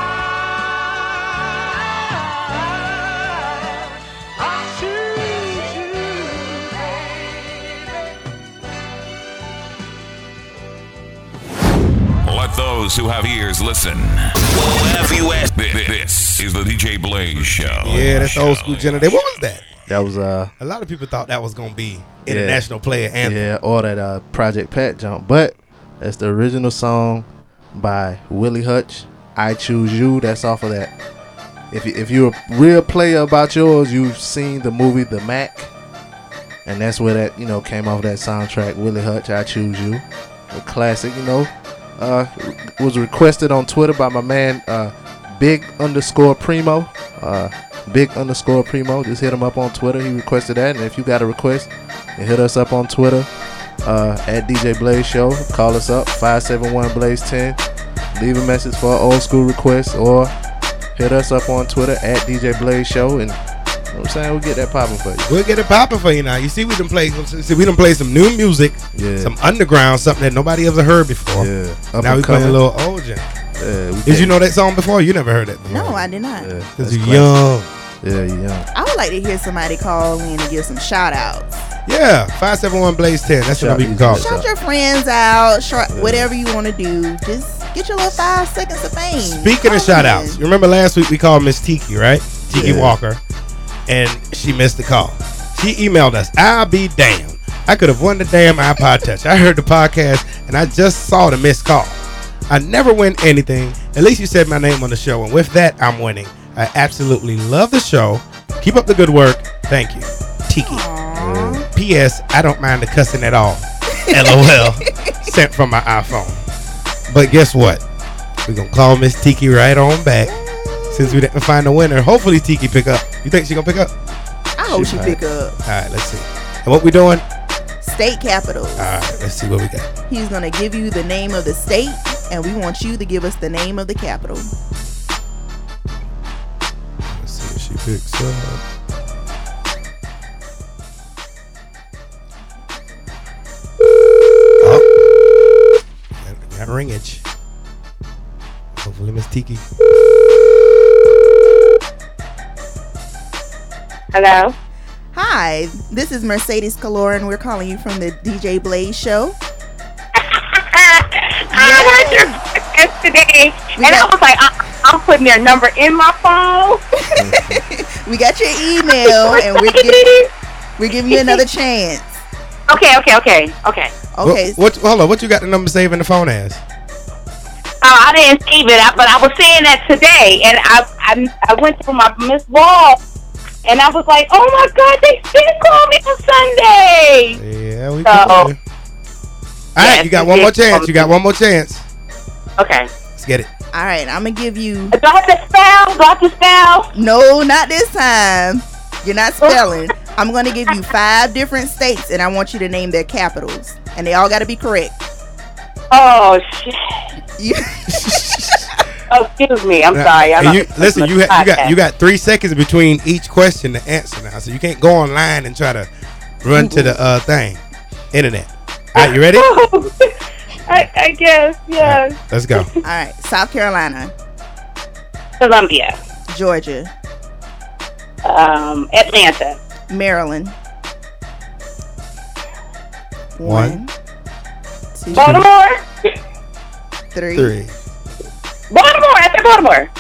[SPEAKER 4] I choose you, baby.
[SPEAKER 5] Let those who have ears listen. Wherever you at. Thi- thi- This is the DJ Blaze Show.
[SPEAKER 2] Oh,
[SPEAKER 1] Yeah, that's the old school Jenna Day. What was that?
[SPEAKER 2] That was uh
[SPEAKER 1] A lot of people thought that was gonna be international player anthem.
[SPEAKER 2] yeah, or that uh Project Pat jump, but that's the original song by Willie Hutch. I choose you. That's off of that. If you, if you're a real player about yours, you've seen the movie The Mac, and that's where that you know came off that soundtrack. Willie Hutch, I choose you, a classic. You know, uh, was requested on Twitter by my man uh, Big underscore Primo. Uh, Big underscore Primo. Just hit him up on Twitter. He requested that. And if you got a request, then hit us up on Twitter uh, at DJ Blaze Show. Call us up 571 Blaze 10. Leave a message for old school requests or hit us up on Twitter at DJ Blaze Show. And you know what I'm saying, we'll get that popping for you.
[SPEAKER 1] We'll get it popping for you now. You see, we done play. See, we done play some new music,
[SPEAKER 2] Yeah.
[SPEAKER 1] some underground, something that nobody ever heard before.
[SPEAKER 2] Yeah. Up
[SPEAKER 1] Now
[SPEAKER 2] and
[SPEAKER 1] we playing a
[SPEAKER 2] coming.
[SPEAKER 1] little old jam.
[SPEAKER 2] Yeah, we
[SPEAKER 1] Did you
[SPEAKER 2] can't-
[SPEAKER 1] know that song before? You never heard it.
[SPEAKER 3] No, I did not.
[SPEAKER 2] Yeah, that's
[SPEAKER 1] Cause you
[SPEAKER 2] classic.
[SPEAKER 1] young.
[SPEAKER 2] Yeah, you young.
[SPEAKER 3] I would like to hear somebody call in and give some shout outs.
[SPEAKER 1] Yeah, five seven one blaze ten. That's
[SPEAKER 2] Shout
[SPEAKER 1] what we can
[SPEAKER 2] these
[SPEAKER 1] call.
[SPEAKER 2] guys
[SPEAKER 1] it.
[SPEAKER 3] Shout
[SPEAKER 2] up.
[SPEAKER 3] your friends out, shout whatever you want to do. Just get your little five seconds of fame.
[SPEAKER 1] Speaking of
[SPEAKER 3] Call
[SPEAKER 1] shout outs,
[SPEAKER 3] in.
[SPEAKER 1] you remember last week we called Miss Tiki, right? Tiki
[SPEAKER 2] Yeah.
[SPEAKER 1] Walker. And she missed the call. She emailed us, I'll be damned. I could have won the damn iPod Touch. I heard the podcast and I just saw the missed call. I never win anything. At least you said my name on the show. And with that, I'm winning. I absolutely love the show. Keep up the good work. Thank you. Tiki.
[SPEAKER 3] Aw.
[SPEAKER 1] P.S. I don't mind the cussing at all. LOL. Sent from my iPhone. But guess what? We're gonna call Miss Tiki right on back. Since we didn't find a winner, hopefully Tiki pick up. You think she gonna pick up? All
[SPEAKER 3] I hope
[SPEAKER 2] She
[SPEAKER 3] you pick up
[SPEAKER 1] right, let's see. And what we doing? All
[SPEAKER 3] state capitals.
[SPEAKER 1] right, let's see what we got.
[SPEAKER 3] He's gonna give you the name of the state, and we want you to give us the name of the capital.
[SPEAKER 1] Let's see if she picks up. Oh, got, got ringage. Hopefully Miss Tiki.
[SPEAKER 12] Hello.
[SPEAKER 3] Hi, this is Mercedes Caloran. We're calling you from the DJ Blaze Show.
[SPEAKER 12] I heard your podcast today, and I was like, "Uh, I, I'm putting their number in my phone.
[SPEAKER 3] We got your email, and we're, gi- we're giving you another chance.
[SPEAKER 12] okay, okay, okay, okay.
[SPEAKER 3] Okay,
[SPEAKER 1] What, what? Hold on. What you got the number saved in the phone as?
[SPEAKER 12] Uh, I didn't save it, I- but I was saying that today, and I I, I went through my Miss Wall, and I was like, oh my God, they still call me on Sunday.
[SPEAKER 1] Yeah, we.
[SPEAKER 12] So-
[SPEAKER 1] got All right,
[SPEAKER 12] Yes,
[SPEAKER 1] you got
[SPEAKER 12] we
[SPEAKER 1] one
[SPEAKER 12] did
[SPEAKER 1] more chance.
[SPEAKER 12] call
[SPEAKER 1] You got one more chance.
[SPEAKER 12] Okay.
[SPEAKER 1] Let's get it.
[SPEAKER 3] all right, I'm gonna give you.
[SPEAKER 12] Do I have to spell? Do I have to spell?
[SPEAKER 3] No, not this time. You're not spelling. I'm gonna give you five different states, and I want you to name their capitals, and they all got to be correct.
[SPEAKER 12] Oh shit.
[SPEAKER 3] You,
[SPEAKER 12] Oh, excuse me. I'm
[SPEAKER 1] Now,
[SPEAKER 12] sorry. I'm
[SPEAKER 1] and
[SPEAKER 12] not
[SPEAKER 1] you,
[SPEAKER 12] listening
[SPEAKER 1] listen,
[SPEAKER 12] to
[SPEAKER 1] you,
[SPEAKER 12] the
[SPEAKER 1] ha- you got
[SPEAKER 12] podcast.
[SPEAKER 1] you got three seconds between each question to answer now, so you can't go online and try to run to the uh, thing, internet. All right, you ready? All
[SPEAKER 12] I, I guess.
[SPEAKER 1] right,
[SPEAKER 12] Yes.
[SPEAKER 1] let's go.
[SPEAKER 3] all right, South Carolina,
[SPEAKER 12] Columbia.
[SPEAKER 3] Georgia,
[SPEAKER 12] Um, Atlanta.
[SPEAKER 3] Maryland.
[SPEAKER 1] One.
[SPEAKER 3] two,
[SPEAKER 12] Baltimore.
[SPEAKER 3] three.
[SPEAKER 1] Three.
[SPEAKER 12] Baltimore. I said Baltimore.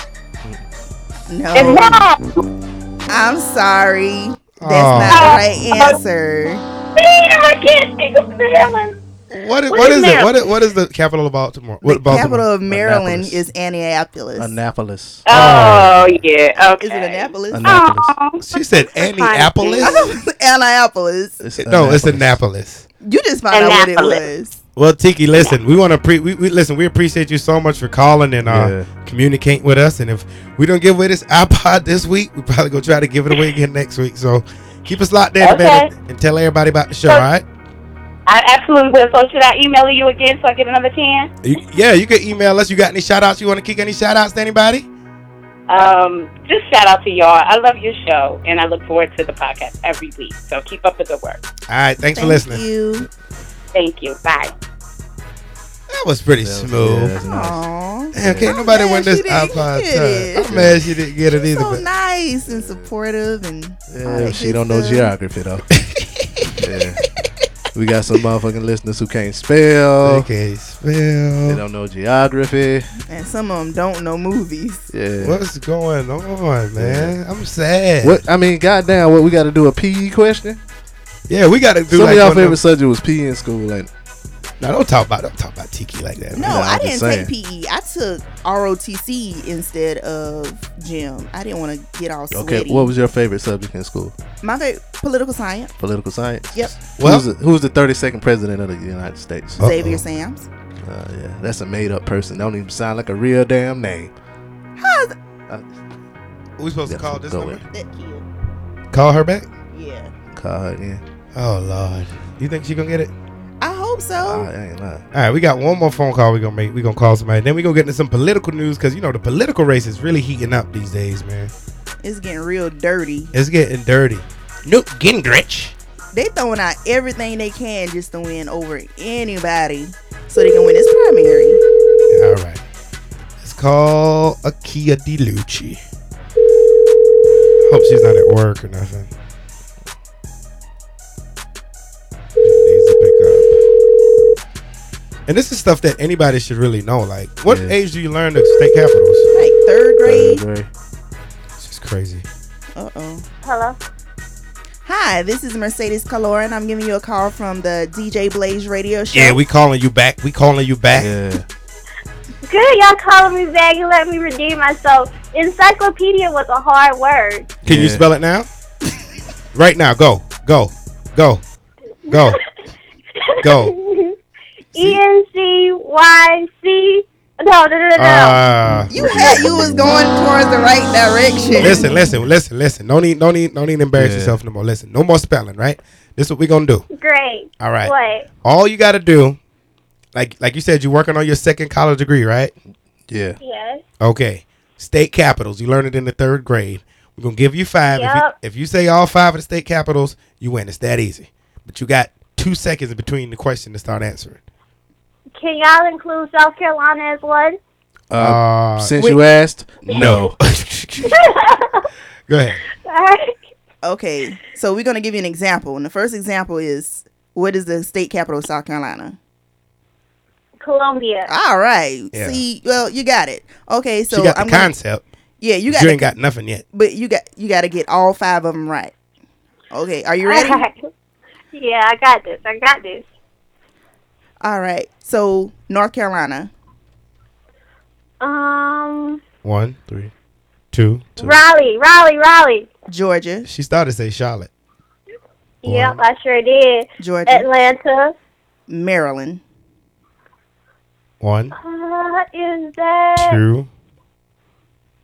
[SPEAKER 12] It's
[SPEAKER 3] No,
[SPEAKER 12] wrong.
[SPEAKER 3] I'm sorry. That's
[SPEAKER 1] Aw.
[SPEAKER 3] not the right answer.
[SPEAKER 12] Damn, Uh, I can't think of Maryland.
[SPEAKER 1] What is,
[SPEAKER 12] What
[SPEAKER 1] what
[SPEAKER 12] is
[SPEAKER 1] is it?
[SPEAKER 12] Maryland?
[SPEAKER 1] What is, what is the capital of Baltimore? What
[SPEAKER 3] The capital
[SPEAKER 1] Baltimore?
[SPEAKER 3] of Maryland
[SPEAKER 2] Annapolis.
[SPEAKER 3] is Annapolis.
[SPEAKER 2] Annapolis.
[SPEAKER 12] Oh, yeah. Okay.
[SPEAKER 3] Is it Annapolis?
[SPEAKER 2] Annapolis.
[SPEAKER 12] Oh,
[SPEAKER 1] She said Annapolis.
[SPEAKER 3] Annapolis.
[SPEAKER 1] No, it's Annapolis.
[SPEAKER 3] You just found out what it
[SPEAKER 12] Annapolis.
[SPEAKER 3] was.
[SPEAKER 1] Well, Tiki, listen, we want to pre we, we listen. We appreciate you so much for calling and uh, communicating with us. And if we don't give away this iPod this week, we probably gonna try to give it away again next week. So keep us locked in, man,
[SPEAKER 12] Okay.
[SPEAKER 1] and, and tell everybody about the show. All right?
[SPEAKER 12] I absolutely will. So should I email you again so I get another chance?
[SPEAKER 1] You- yeah, you can email us. You got any shout outs? You want to kick any shout outs to anybody?
[SPEAKER 12] Um, just shout out to y'all. I love your show, and I look forward to the podcast every week. So keep up the good work.
[SPEAKER 1] All right, thanks for
[SPEAKER 3] Thank
[SPEAKER 1] listening.
[SPEAKER 3] you.
[SPEAKER 12] Thank you. Bye.
[SPEAKER 1] That was pretty smooth.
[SPEAKER 2] Yeah,
[SPEAKER 3] Aw.
[SPEAKER 1] Damn, can't
[SPEAKER 3] I'm
[SPEAKER 1] nobody
[SPEAKER 3] glad
[SPEAKER 1] win
[SPEAKER 3] she
[SPEAKER 1] this
[SPEAKER 3] didn't
[SPEAKER 1] iPod.
[SPEAKER 3] get it.
[SPEAKER 1] Touch. I'm mad she didn't get it either.
[SPEAKER 3] So
[SPEAKER 1] but
[SPEAKER 3] nice and supportive and all
[SPEAKER 2] Yeah,
[SPEAKER 3] that
[SPEAKER 2] she
[SPEAKER 3] good
[SPEAKER 2] don't know
[SPEAKER 3] stuff.
[SPEAKER 2] geography though. yeah. We got some motherfucking listeners who can't spell.
[SPEAKER 1] okay,
[SPEAKER 2] They
[SPEAKER 1] spell.
[SPEAKER 2] don't know geography.
[SPEAKER 3] And some of them don't know movies.
[SPEAKER 2] Yeah. What?
[SPEAKER 1] What's going on, Oh, man? I'm sad.
[SPEAKER 2] I mean, goddamn, what we got to do a PE question?
[SPEAKER 1] Yeah, we gotta do
[SPEAKER 2] Some
[SPEAKER 1] like
[SPEAKER 2] of y'all
[SPEAKER 1] one
[SPEAKER 2] favorite subject was PE in school. Like,
[SPEAKER 1] No, don't talk about don't talk about Tiki like that.
[SPEAKER 3] No,
[SPEAKER 1] man.
[SPEAKER 2] Yeah,
[SPEAKER 3] I
[SPEAKER 2] I'm
[SPEAKER 3] didn't
[SPEAKER 2] just saying.
[SPEAKER 3] take PE. I took ROTC instead of gym. I didn't want to get all
[SPEAKER 2] okay,
[SPEAKER 3] sweaty.
[SPEAKER 2] what was your favorite subject in school?
[SPEAKER 3] My favorite political science.
[SPEAKER 2] Political science.
[SPEAKER 3] Yep.
[SPEAKER 1] Well-
[SPEAKER 2] who's the, who's the 32nd president of the United States?
[SPEAKER 1] Uh-oh.
[SPEAKER 3] Xavier Sam's.
[SPEAKER 2] Uh, yeah, that's a made up person. Don't even sound like a real damn name.
[SPEAKER 3] How's
[SPEAKER 1] we supposed to call this
[SPEAKER 2] Uh, Go
[SPEAKER 1] number?
[SPEAKER 3] That killed.
[SPEAKER 1] Call her back?
[SPEAKER 3] Yeah.
[SPEAKER 2] Call her in.
[SPEAKER 1] Oh lord. You think she gonna get it?
[SPEAKER 3] I hope so.
[SPEAKER 2] I ain't lying.
[SPEAKER 1] All right, we got one more phone call we're gonna make. We're gonna call somebody. Then we're gonna get into some political news because you know the political race is really heating up these days, man.
[SPEAKER 3] It's getting real dirty.
[SPEAKER 1] It's getting dirty. Newt Gingrich.
[SPEAKER 3] They throwing out everything they can just to win over anybody so they can win this primary.
[SPEAKER 1] All right. It's called Akia DiLucci. Hope she's not at work or nothing. She needs to pick up. And this is stuff that anybody should really know. Like, what
[SPEAKER 2] Yeah.
[SPEAKER 1] age do you learn the state capitals?
[SPEAKER 3] Like third grade.
[SPEAKER 2] Very-
[SPEAKER 1] This is crazy.
[SPEAKER 3] Uh oh.
[SPEAKER 12] Hello.
[SPEAKER 3] Hi, this is Mercedes Calora, and I'm giving you a call from the DJ Blaze Radio Show.
[SPEAKER 1] Yeah, we calling you back. We calling you back.
[SPEAKER 2] Yeah.
[SPEAKER 12] Good, y'all calling me back and let me redeem myself. Encyclopedia was a hard word.
[SPEAKER 1] Can you
[SPEAKER 2] Yeah.
[SPEAKER 1] spell it now? right now, go, go, go, go, go.
[SPEAKER 12] E N C Y C. No, no, no, no. no.
[SPEAKER 1] Ah.
[SPEAKER 3] you had you was going towards the right direction.
[SPEAKER 1] listen, listen, listen, listen. No need, no need, no need to embarrass
[SPEAKER 2] Yeah.
[SPEAKER 1] yourself no more. Listen, no more spelling, right? This is what we gonna do.
[SPEAKER 12] Great.
[SPEAKER 1] All right.
[SPEAKER 12] What?
[SPEAKER 1] All you gotta do, like like you said, you're working on your second college degree, right?
[SPEAKER 2] Yeah.
[SPEAKER 12] Yes.
[SPEAKER 1] Okay. State capitals. You learned it in the third grade. We're gonna give you five. If, you,
[SPEAKER 12] Yep.
[SPEAKER 1] if you say all five of the state capitals, you win. It's that easy. But you got two seconds in between the question to start answering.
[SPEAKER 12] Can y'all include South Carolina as one?
[SPEAKER 2] Uh,
[SPEAKER 1] Uh,
[SPEAKER 2] since you asked, no.
[SPEAKER 1] go ahead.
[SPEAKER 12] All right.
[SPEAKER 3] Okay, so we're gonna give you an example, and the first example is what is the state capital of South Carolina?
[SPEAKER 12] Columbia.
[SPEAKER 3] All right,
[SPEAKER 1] Yeah.
[SPEAKER 3] see, well, you got it. Okay, so
[SPEAKER 1] she got the
[SPEAKER 3] I'm gonna,
[SPEAKER 1] concept.
[SPEAKER 3] yeah, you got,
[SPEAKER 1] you
[SPEAKER 3] it,
[SPEAKER 1] ain't got nothing yet.
[SPEAKER 3] but you got you got to get all five of them right. Okay, are you ready?
[SPEAKER 12] All right. Yeah, I got this. I got this.
[SPEAKER 3] all right, so North Carolina,
[SPEAKER 12] Um,
[SPEAKER 1] One, three, two.
[SPEAKER 12] Raleigh, Raleigh, Raleigh.
[SPEAKER 3] Georgia,
[SPEAKER 1] She started to say Charlotte.
[SPEAKER 12] Yep, I sure did.
[SPEAKER 3] Georgia,
[SPEAKER 12] Atlanta.
[SPEAKER 3] Maryland,
[SPEAKER 1] One,
[SPEAKER 12] Uh, is that
[SPEAKER 1] two,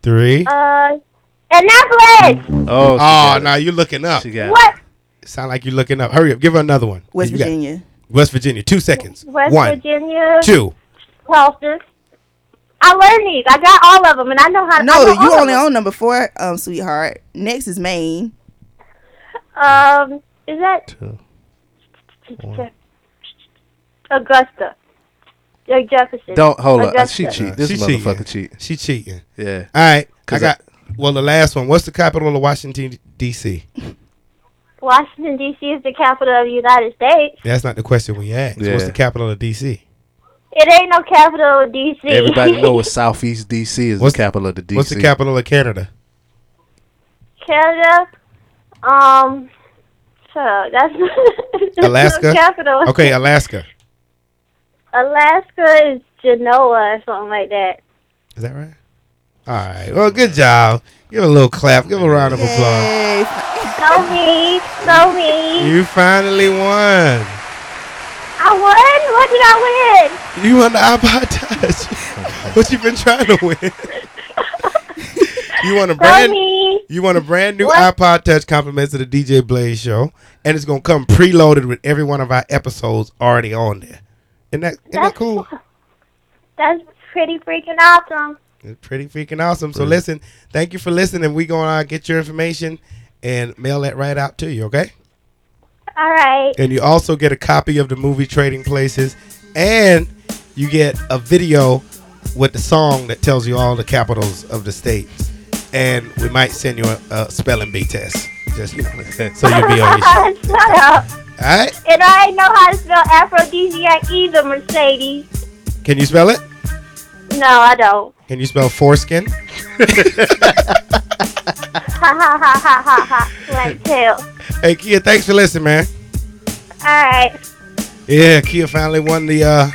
[SPEAKER 1] three.
[SPEAKER 12] uh Annapolis?
[SPEAKER 1] Oh,
[SPEAKER 2] Oh, she got it.
[SPEAKER 1] now you looking up.
[SPEAKER 2] She got it.
[SPEAKER 12] What?
[SPEAKER 1] Sound like you looking up. Hurry up. Give her another one.
[SPEAKER 3] West
[SPEAKER 1] You got-
[SPEAKER 3] Virginia,
[SPEAKER 1] West Virginia. Two seconds.
[SPEAKER 12] West
[SPEAKER 1] one,
[SPEAKER 12] Virginia.
[SPEAKER 1] two.
[SPEAKER 12] Charleston. I learned these. I got all of them, and I know how. to I
[SPEAKER 3] no,
[SPEAKER 12] know
[SPEAKER 3] you
[SPEAKER 12] all of
[SPEAKER 3] only
[SPEAKER 12] them.
[SPEAKER 3] on number four, um, sweetheart. Next is Maine.
[SPEAKER 12] Um, is that
[SPEAKER 2] Two.
[SPEAKER 12] Augusta? Uh, Jefferson.
[SPEAKER 2] Don't hold up. Uh,
[SPEAKER 12] Augusta.
[SPEAKER 2] She cheat. This
[SPEAKER 1] She
[SPEAKER 2] motherfucker
[SPEAKER 1] cheating.
[SPEAKER 2] cheat.
[SPEAKER 1] She cheating.
[SPEAKER 2] Yeah.
[SPEAKER 1] All right. I
[SPEAKER 2] 'Cause I-
[SPEAKER 1] got. well, the last one. What's the capital of Washington D.C.?
[SPEAKER 12] Washington D.C. is the capital of the United States.
[SPEAKER 1] That's not the question we asked. What's
[SPEAKER 2] Yeah.
[SPEAKER 1] the capital of D.C.?
[SPEAKER 12] It ain't no capital of D.C.
[SPEAKER 2] Everybody know what Southeast DC is
[SPEAKER 1] What's-
[SPEAKER 2] the capital of the DC.
[SPEAKER 1] What's the capital of Canada?
[SPEAKER 12] Canada. Um. So that's that's no
[SPEAKER 1] Alaska?
[SPEAKER 12] capital.
[SPEAKER 1] Okay, Alaska.
[SPEAKER 12] Alaska is Genoa or something like that.
[SPEAKER 1] Is that right? All right. Well, good job. Give her a little clap. Give her a round of applause.
[SPEAKER 3] Yay.
[SPEAKER 12] So me, so me.
[SPEAKER 1] You finally won.
[SPEAKER 12] I won. What did I win?
[SPEAKER 1] You won the iPod Touch. what you been trying to win? you want a
[SPEAKER 12] So
[SPEAKER 1] brand
[SPEAKER 12] me.
[SPEAKER 1] you want a brand new
[SPEAKER 12] What?
[SPEAKER 1] iPod Touch compliments to the DJ Blaze show, and it's gonna come preloaded with every one of our episodes already on there. Isn't that, isn't that
[SPEAKER 12] That's-
[SPEAKER 1] cool?
[SPEAKER 12] That's pretty freaking awesome.
[SPEAKER 1] It's pretty freaking awesome. So listen, thank you for listening. We gonna uh, get your information and mail that right out to you. Okay.
[SPEAKER 12] All right.
[SPEAKER 1] and you also get a copy of the movie Trading Places, and you get a video with the song that tells you all the capitals of the states. And we might send you a, a spelling bee test, just you know, so you'll be on your shit.
[SPEAKER 12] Shut up.
[SPEAKER 1] All right?
[SPEAKER 12] And I ain't know how to spell aphrodisiac either, Mercedes.
[SPEAKER 1] Can you spell it?
[SPEAKER 12] No, I don't.
[SPEAKER 1] Can you spell foreskin?
[SPEAKER 12] Ha ha ha ha ha ha. Like tail.
[SPEAKER 1] Hey, Kia, thanks for listening, man.
[SPEAKER 12] All right.
[SPEAKER 1] Yeah, Kia finally won the uh,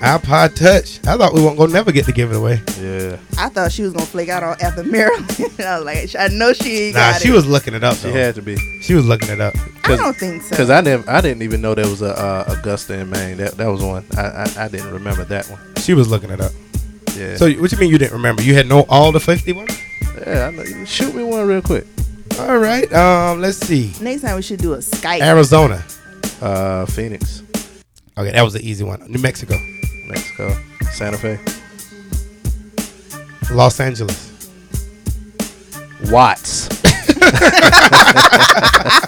[SPEAKER 1] iPod Touch. I thought we weren't gonna never get to give it away.
[SPEAKER 2] Yeah.
[SPEAKER 3] I thought she was gonna flake out on after Maryland. I was like, I know she ain't
[SPEAKER 1] Nah,
[SPEAKER 3] got
[SPEAKER 1] she
[SPEAKER 3] it.
[SPEAKER 1] was looking it up.
[SPEAKER 2] She
[SPEAKER 1] Though.
[SPEAKER 2] had to be.
[SPEAKER 1] she was looking it up.
[SPEAKER 3] I don't think so.
[SPEAKER 2] Cause I never, I didn't even know there was a uh, Augusta in Maine. That that was one. I, I I didn't remember that one.
[SPEAKER 1] She was looking it up.
[SPEAKER 2] Yeah.
[SPEAKER 1] So, what you mean you didn't remember? You had no all the fifty one?
[SPEAKER 2] Yeah, I know. shoot me one real quick.
[SPEAKER 1] All right. Um, let's see.
[SPEAKER 3] Next time we should do a Skype.
[SPEAKER 1] Arizona.
[SPEAKER 2] Uh, Phoenix,
[SPEAKER 1] Okay, that was the easy one. New Mexico.
[SPEAKER 2] Mexico, Santa Fe.
[SPEAKER 1] Los Angeles.
[SPEAKER 2] Watts.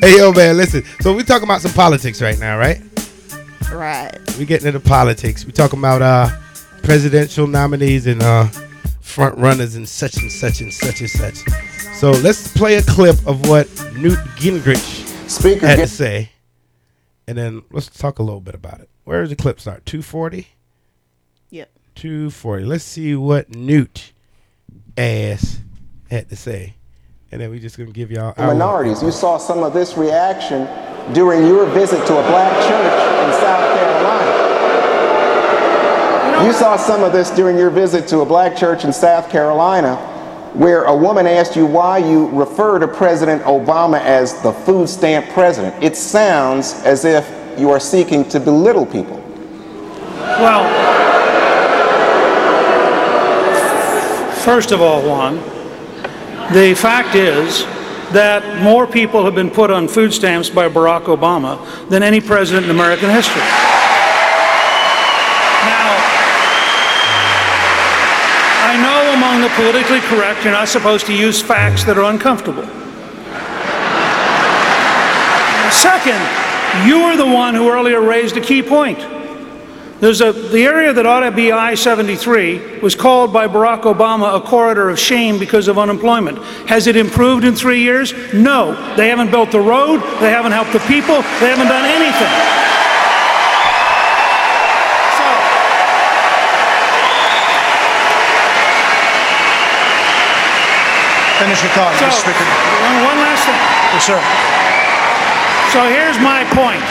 [SPEAKER 1] Hey yo, man, listen. So we talking about some politics right now, right?
[SPEAKER 3] Right.
[SPEAKER 1] We getting into politics. We talking about uh presidential nominees and uh front runners and such and such and such and such. So let's play a clip of what Newt Gingrich
[SPEAKER 10] Speaker
[SPEAKER 1] had to
[SPEAKER 10] Gin-
[SPEAKER 1] say, and then let's talk a little bit about it. Where does the clip start? Two forty.
[SPEAKER 3] Yep.
[SPEAKER 1] Two forty. Let's see what Newt ass had to say, and then we just gonna give y'all our
[SPEAKER 10] minorities. You saw some of this reaction during your visit to a black church in South Carolina. You saw some of this during your visit to a black church in South Carolina, where a woman asked you why you refer to President Obama as the food stamp president. It sounds as if you are seeking to belittle people.
[SPEAKER 13] Well, first of all, Juan, the fact is that more people have been put on food stamps by Barack Obama than any president in American history. I know among the politically correct, you're not supposed to use facts that are uncomfortable. Second, you were the one who earlier raised a key point. There's a, the area that ought to be I 73 was called by Barack Obama a corridor of shame because of unemployment. Has it improved in three years? No. They haven't built the road, they haven't helped the people, they haven't done anything.
[SPEAKER 14] Finish your thought,
[SPEAKER 13] So-
[SPEAKER 14] Mr. Speaker.
[SPEAKER 13] One, one last thing. Yes, sir. So here's my point.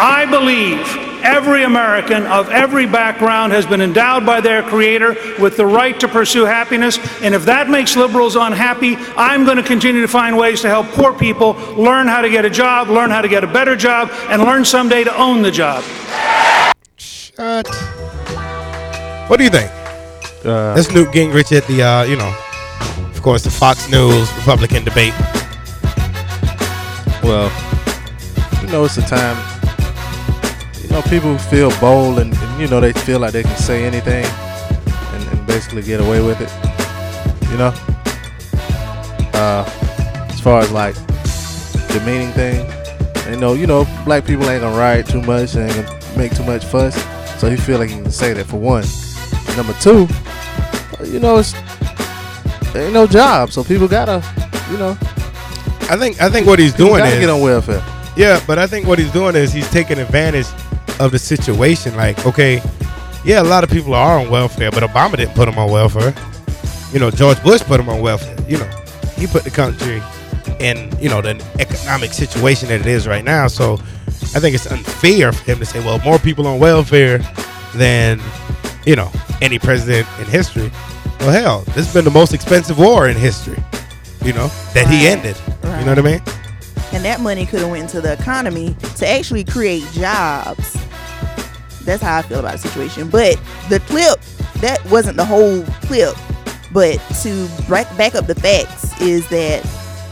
[SPEAKER 13] I believe every American of every background has been endowed by their Creator with the right to pursue happiness. And if that makes liberals unhappy, I'm going to continue to find ways to help poor people learn how to get a job, learn how to get a better job, and learn someday to own the job.
[SPEAKER 1] Shut. What do you think?
[SPEAKER 2] Uh,
[SPEAKER 1] That's Newt Gingrich at the, uh, you know, of course, the Fox News Republican debate.
[SPEAKER 2] Well, you know, it's a time. You know, people feel bold, and, and, you know they feel like they can say anything, and, and basically get away with it. You know, uh, as far as like demeaning thing, and know, you know, black people ain't gonna riot too much, they ain't gonna make too much fuss, so he feel like he can say that for one. Number two, you know, it's there ain't no job, so people gotta, you know.
[SPEAKER 1] I think I think what he's
[SPEAKER 2] People
[SPEAKER 1] doing
[SPEAKER 2] gotta
[SPEAKER 1] is
[SPEAKER 2] get on welfare.
[SPEAKER 1] Yeah, but I think what he's doing is he's taking advantage of the situation. Like, okay, yeah, a lot of people are on welfare, but Obama didn't put them on welfare. You know, George Bush put them on welfare. You know, he put the country in you know the economic situation that it is right now. So I think it's unfair for him to say, well, more people on welfare than you know any president in history. Well, hell, this has been the most expensive war in history. You know that he ended. You know what I mean?
[SPEAKER 3] And that money could have went into the economy to actually create jobs. That's how I feel about the situation. But the clip, that wasn't the whole clip. But to back, back up the facts is that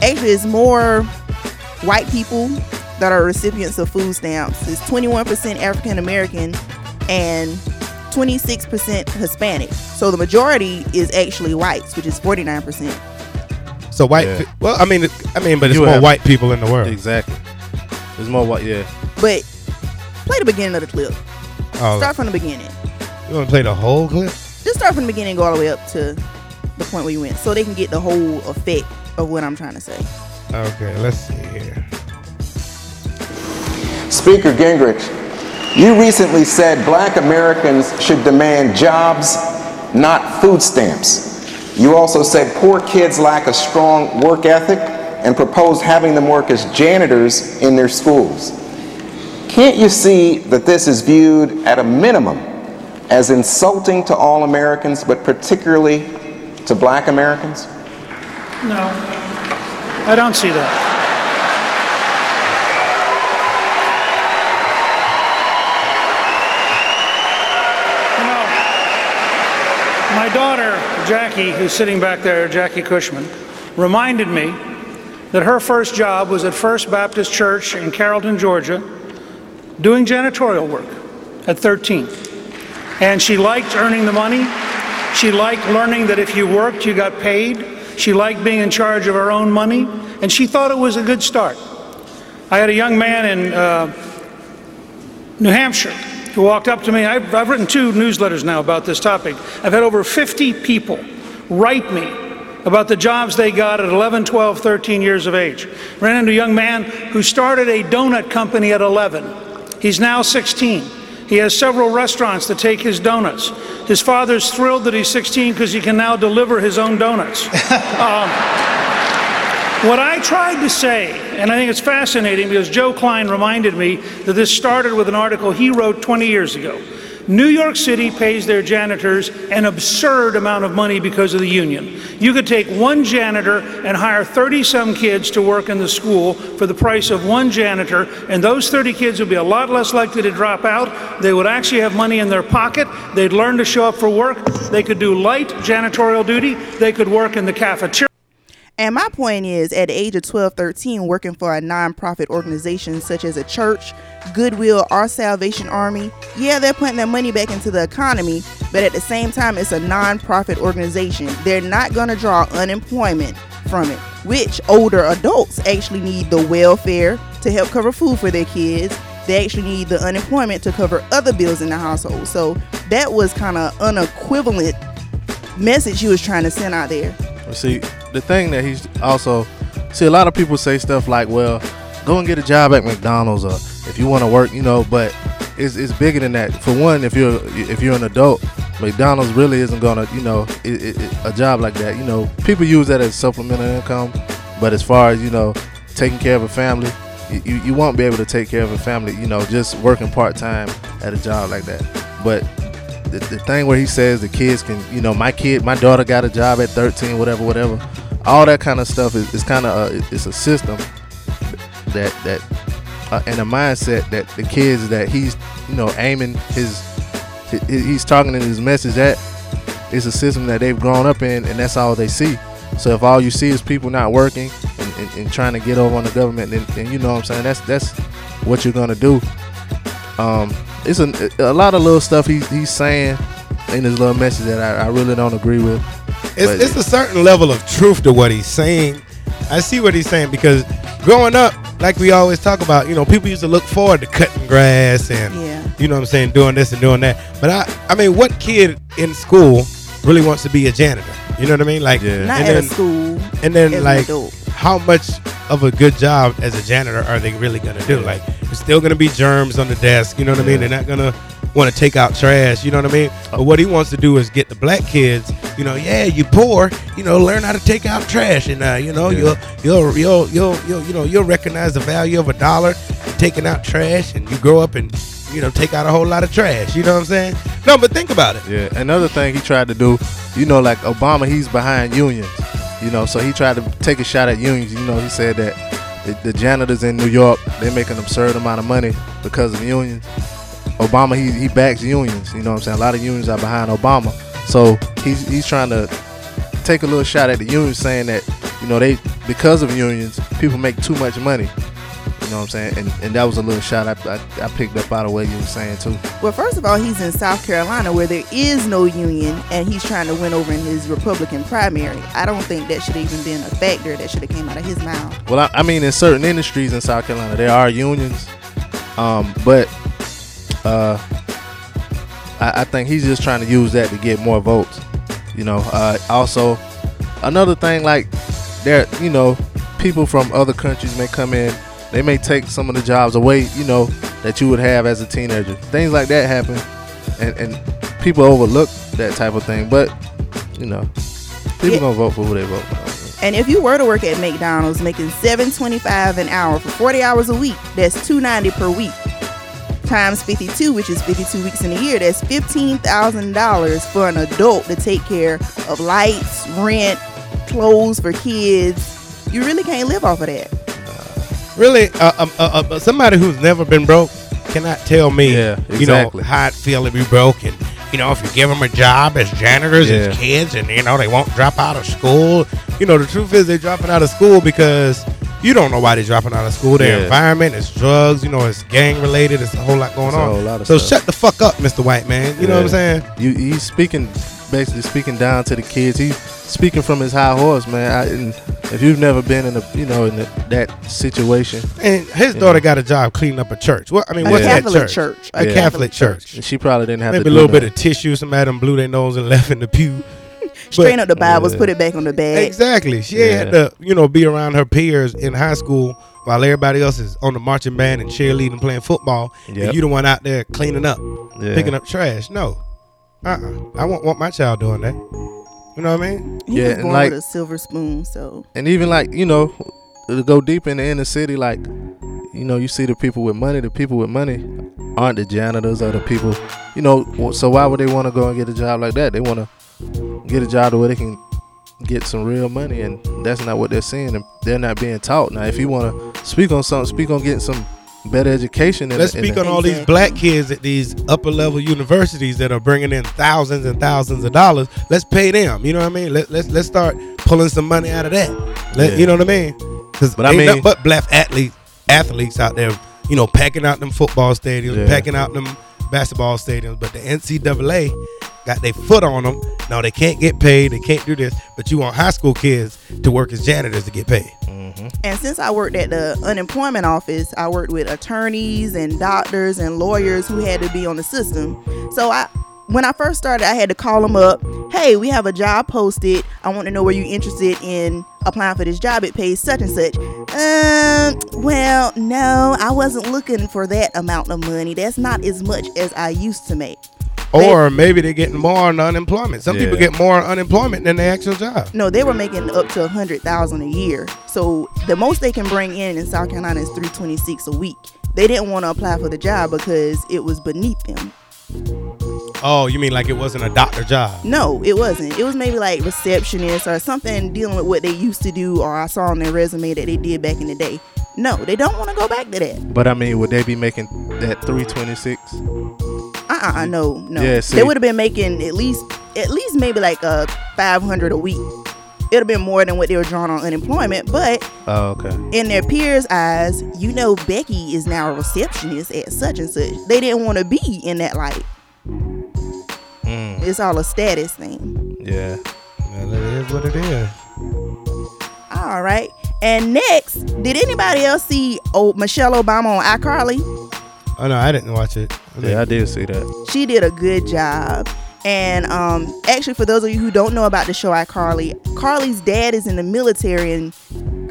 [SPEAKER 3] actually it's more white people that are recipients of food stamps. It's 21% African American and 26% Hispanic. So the majority is actually whites, which is 49%.
[SPEAKER 1] So white. pe- well, I mean, I mean, but it's
[SPEAKER 2] You
[SPEAKER 1] more
[SPEAKER 2] have-
[SPEAKER 1] white people in the world.
[SPEAKER 2] Exactly. There's more white. Yeah.
[SPEAKER 3] But play the beginning of the clip.
[SPEAKER 1] Oh.
[SPEAKER 3] Start from the beginning.
[SPEAKER 1] You want to play the whole clip?
[SPEAKER 3] Just start from the beginning and go all the way up to the point where you went so they can get the whole effect of what I'm trying to say.
[SPEAKER 1] Okay, let's see here.
[SPEAKER 10] Speaker Gingrich, you recently said black Americans should demand jobs, not food stamps. You also said poor kids lack a strong work ethic and proposed having them work as janitors in their schools. Can't you see that this is viewed at a minimum as insulting to all Americans, but particularly to black Americans?
[SPEAKER 13] No, I don't see that. No. My daughter, Jackie, who's sitting back there, Jackie Cushman, reminded me that her first job was at First Baptist Church in Carrollton, Georgia, doing janitorial work at 13. And she liked earning the money. She liked learning that if you worked, you got paid. She liked being in charge of her own money. And she thought it was a good start. I had a young man in uh, New Hampshire who walked up to me. I've, I've written two newsletters now about this topic. I've had over 50 people write me about the jobs they got at 11, 12, 13 years of age. Ran into a young man who started a donut company at 11. He's now 16. He has several restaurants that take his donuts. His father's thrilled that he's 16 because he can now deliver his own donuts. Um, What I tried to say, and I think it's fascinating because Joe Klein reminded me that this started with an article he wrote 20 years ago. New York City pays their janitors an absurd amount of money because of the union. You could take one janitor and hire 30 some kids to work in the school for the price of one janitor, and those 30 kids would be a lot less likely to drop out. They would actually have money in their pocket. They'd learn to show up for work. They could do light janitorial duty. They could work in the cafeteria.
[SPEAKER 3] And my point is, at the age of 12, 13, working for a nonprofit organization such as a church, Goodwill, Our Salvation Army, yeah, they're putting their money back into the economy, but at the same time, it's a nonprofit organization. They're not going to draw unemployment from it, which older adults actually need the welfare to help cover food for their kids. They actually need the unemployment to cover other bills in the household. So that was kind of unequivalent message you was trying to send out there.
[SPEAKER 2] Well, See, the thing that he's also see a lot of people say stuff like, "Well, go and get a job at McDonald's, or if you want to work, you know." But it's, it's bigger than that. For one, if you're if you're an adult, McDonald's really isn't gonna, you know, it, it, it- a job like that. You know, people use that as supplemental income, but as far as you know, taking care of a family, you, you, you won't be able to take care of a family. You know, just working part time at a job like that. But the, the thing where he says the kids can, you know, my kid, my daughter got a job at 13, whatever, whatever. All that kind of stuff is, is kind of a, it's a system that that uh, and a mindset that the kids that he's you know aiming his he- he's targeting his message that it's a system that they've grown up in and that's all they see. So if all you see is people not working and, and, and trying to get over on the government, then, then you know what I'm saying that's that's what you're gonna do um, it's a, a lot of little stuff he's he's saying in his little message that I, I really don't agree with. But-
[SPEAKER 1] It's, it's a certain level of truth to what he's saying. I see what he's saying because growing up, like we always talk about, you know, people used to look forward to cutting grass and, you know what I'm saying, doing this and doing that. But I, I mean, what kid in school really wants to be a janitor? You know what I mean? Like,
[SPEAKER 3] Not
[SPEAKER 1] and
[SPEAKER 3] at a
[SPEAKER 1] then,
[SPEAKER 3] school,
[SPEAKER 1] And
[SPEAKER 3] as
[SPEAKER 1] then,
[SPEAKER 3] an
[SPEAKER 1] like,
[SPEAKER 3] adult.
[SPEAKER 1] how much of a good job as a janitor are they really gonna do? Like, there's still gonna be germs on the desk. You know what I mean? They're not gonna want to take out trash. You know what I mean? But what he wants to do is get the black kids. You know, yeah, you poor. You know, learn how to take out trash, and uh, you know, you'll, you'll you'll you'll you'll you know you'll recognize the value of a dollar in taking out trash, and you grow up and you know take out a whole lot of trash. You know what I'm saying? No, but think about it.
[SPEAKER 2] Yeah. Another thing he tried to do, you know, like Obama, he's behind unions. You know, so he tried to take a shot at unions. You know, he said that the, the janitors in New York they make an absurd amount of money because of unions. Obama, he, he backs unions. You know what I'm saying? A lot of unions are behind Obama, so he's he's trying to take a little shot at the unions, saying that you know they because of unions people make too much money. You know what I'm saying? And and that was a little shot I, I, I picked up out of what you were saying too.
[SPEAKER 3] Well, first of all, he's in South Carolina where there is no union, and he's trying to win over in his Republican primary. I don't think that should have even been a factor. That should have came out of his mouth.
[SPEAKER 2] Well, I, I mean, in certain industries in South Carolina, there are unions, um, but uh, I, I think he's just trying to use that to get more votes. You know, uh, also another thing like there, you know, people from other countries may come in. They may take some of the jobs away, you know, that you would have as a teenager. Things like that happen, and and people overlook that type of thing. But you know, people
[SPEAKER 3] Yeah.
[SPEAKER 2] gonna vote for who they vote. for.
[SPEAKER 3] And if you were to work at McDonald's making seven twenty-five an hour for forty hours a week, that's two ninety per week. Times fifty-two, which is fifty-two weeks in a year, that's fifteen thousand dollars for an adult to take care of lights, rent, clothes for kids. You really can't live off of that.
[SPEAKER 1] really uh, um, uh, uh, somebody who's never been broke cannot tell me you know
[SPEAKER 2] exactly.
[SPEAKER 1] how it feel to be broke and you know, if you give them a job as janitors
[SPEAKER 2] Yeah.
[SPEAKER 1] as kids, and you know they won't drop out of school. You know, the truth is they're dropping out of school because you don't know why they're dropping out of school. Their
[SPEAKER 2] Yeah.
[SPEAKER 1] environment is drugs. You know, it's gang related. It's a whole lot going
[SPEAKER 2] It's a
[SPEAKER 1] on.
[SPEAKER 2] whole lot of
[SPEAKER 1] so
[SPEAKER 2] stuff.
[SPEAKER 1] shut the fuck up, Mister White Man. You know what I'm saying?
[SPEAKER 2] You he's speaking basically speaking down to the kids. He's speaking from his high horse, man. I, and if you've never been in a you know in a, that situation,
[SPEAKER 1] And his
[SPEAKER 2] you
[SPEAKER 1] daughter
[SPEAKER 2] know.
[SPEAKER 1] got a job cleaning up a church. What I mean,
[SPEAKER 2] A
[SPEAKER 1] what's
[SPEAKER 2] Catholic
[SPEAKER 1] that church?
[SPEAKER 2] church.
[SPEAKER 1] A
[SPEAKER 2] Yeah.
[SPEAKER 1] Catholic church.
[SPEAKER 2] And she probably didn't have to
[SPEAKER 1] Maybe
[SPEAKER 2] do
[SPEAKER 1] a little
[SPEAKER 2] nothing.
[SPEAKER 1] bit of tissue. Somebody done blew their nose and left in the pew.
[SPEAKER 3] Strain
[SPEAKER 1] But-
[SPEAKER 3] up the Bibles,
[SPEAKER 1] Yeah.
[SPEAKER 3] put it back on the bag.
[SPEAKER 1] Exactly. She ain't had to, you know, be around her peers in high school while everybody else is on the marching band and cheerleading, playing football,
[SPEAKER 2] Yep.
[SPEAKER 1] and you the one out there cleaning up,
[SPEAKER 2] Yeah.
[SPEAKER 1] picking up trash. No, uh-uh. I won't want my child doing that. You know what I mean?
[SPEAKER 3] He
[SPEAKER 2] Yeah,
[SPEAKER 3] was
[SPEAKER 2] and
[SPEAKER 3] born
[SPEAKER 2] like-
[SPEAKER 3] with a silver spoon, so
[SPEAKER 2] and even like you know to go deep in the inner city like you know you see the people with money the people with money aren't the janitors or the people you know w- so why would they want to go and get a job like that they want to get a job to where they can get some real money and that's not what they're seeing and they're not being taught now if you want to speak on something speak on getting some better education in
[SPEAKER 1] Let's
[SPEAKER 2] the- in
[SPEAKER 1] speak
[SPEAKER 2] the-
[SPEAKER 1] on all these black kids at these upper level universities that are bringing in thousands and thousands of dollars. Let's pay them. You know what I mean? Let, let's let's start pulling some money out of that. Let,
[SPEAKER 2] Yeah.
[SPEAKER 1] You know what I mean? Because
[SPEAKER 2] But I
[SPEAKER 1] ain't
[SPEAKER 2] mean-
[SPEAKER 1] nothing but black athlete athletes out there, you know, packing out them football stadiums,
[SPEAKER 2] Yeah.
[SPEAKER 1] packing out them basketball stadiums. But the NCAA got their foot on them. No, they can't get paid. They can't do this. But you want high school kids to work as janitors to get paid.
[SPEAKER 2] Mm-hmm.
[SPEAKER 3] And since I worked at the unemployment office, I worked with attorneys and doctors and lawyers who had to be on the system. So I when I first started, I had to call them up. Hey, we have a job posted. I want to know where you're interested in applying for this job. It pays such and such. Um, well, no, I wasn't looking for that amount of money. That's not as much as I used to make.
[SPEAKER 1] Or maybe they're getting more on unemployment. Some people
[SPEAKER 2] Yeah.
[SPEAKER 1] get more on unemployment than their actual job.
[SPEAKER 3] No, they were making up to a hundred thousand a year. So the most they can bring in in South Carolina is three twenty six a week. They didn't want to apply for the job because it was beneath them.
[SPEAKER 1] Oh, you mean like it wasn't a doctor job?
[SPEAKER 3] No, it wasn't. It was maybe like receptionist or something dealing with what they used to do, or I saw on their resume that they did back in the day. No, they don't want to go back to that.
[SPEAKER 2] but i mean would they be making that 326
[SPEAKER 3] Uh uh uh, no, no.
[SPEAKER 2] Yeah, see.
[SPEAKER 3] they would have been making at least at least maybe like a five hundred a week. It'd have been more than what they were drawing on unemployment, but
[SPEAKER 2] oh okay
[SPEAKER 3] in their peers' eyes, you know Becky is now a receptionist at such and such. They didn't want to be in that light.
[SPEAKER 2] Mm,
[SPEAKER 3] It's all a status thing.
[SPEAKER 2] yeah
[SPEAKER 1] well, it is what it is
[SPEAKER 3] All right. And next, did anybody else see oh, Michelle Obama on iCarly?
[SPEAKER 1] Oh no, I didn't watch it.
[SPEAKER 2] yeah i did see that
[SPEAKER 3] She did a good job. And um, actually, for those of you who don't know about the show iCarly, Carly's dad is in the military and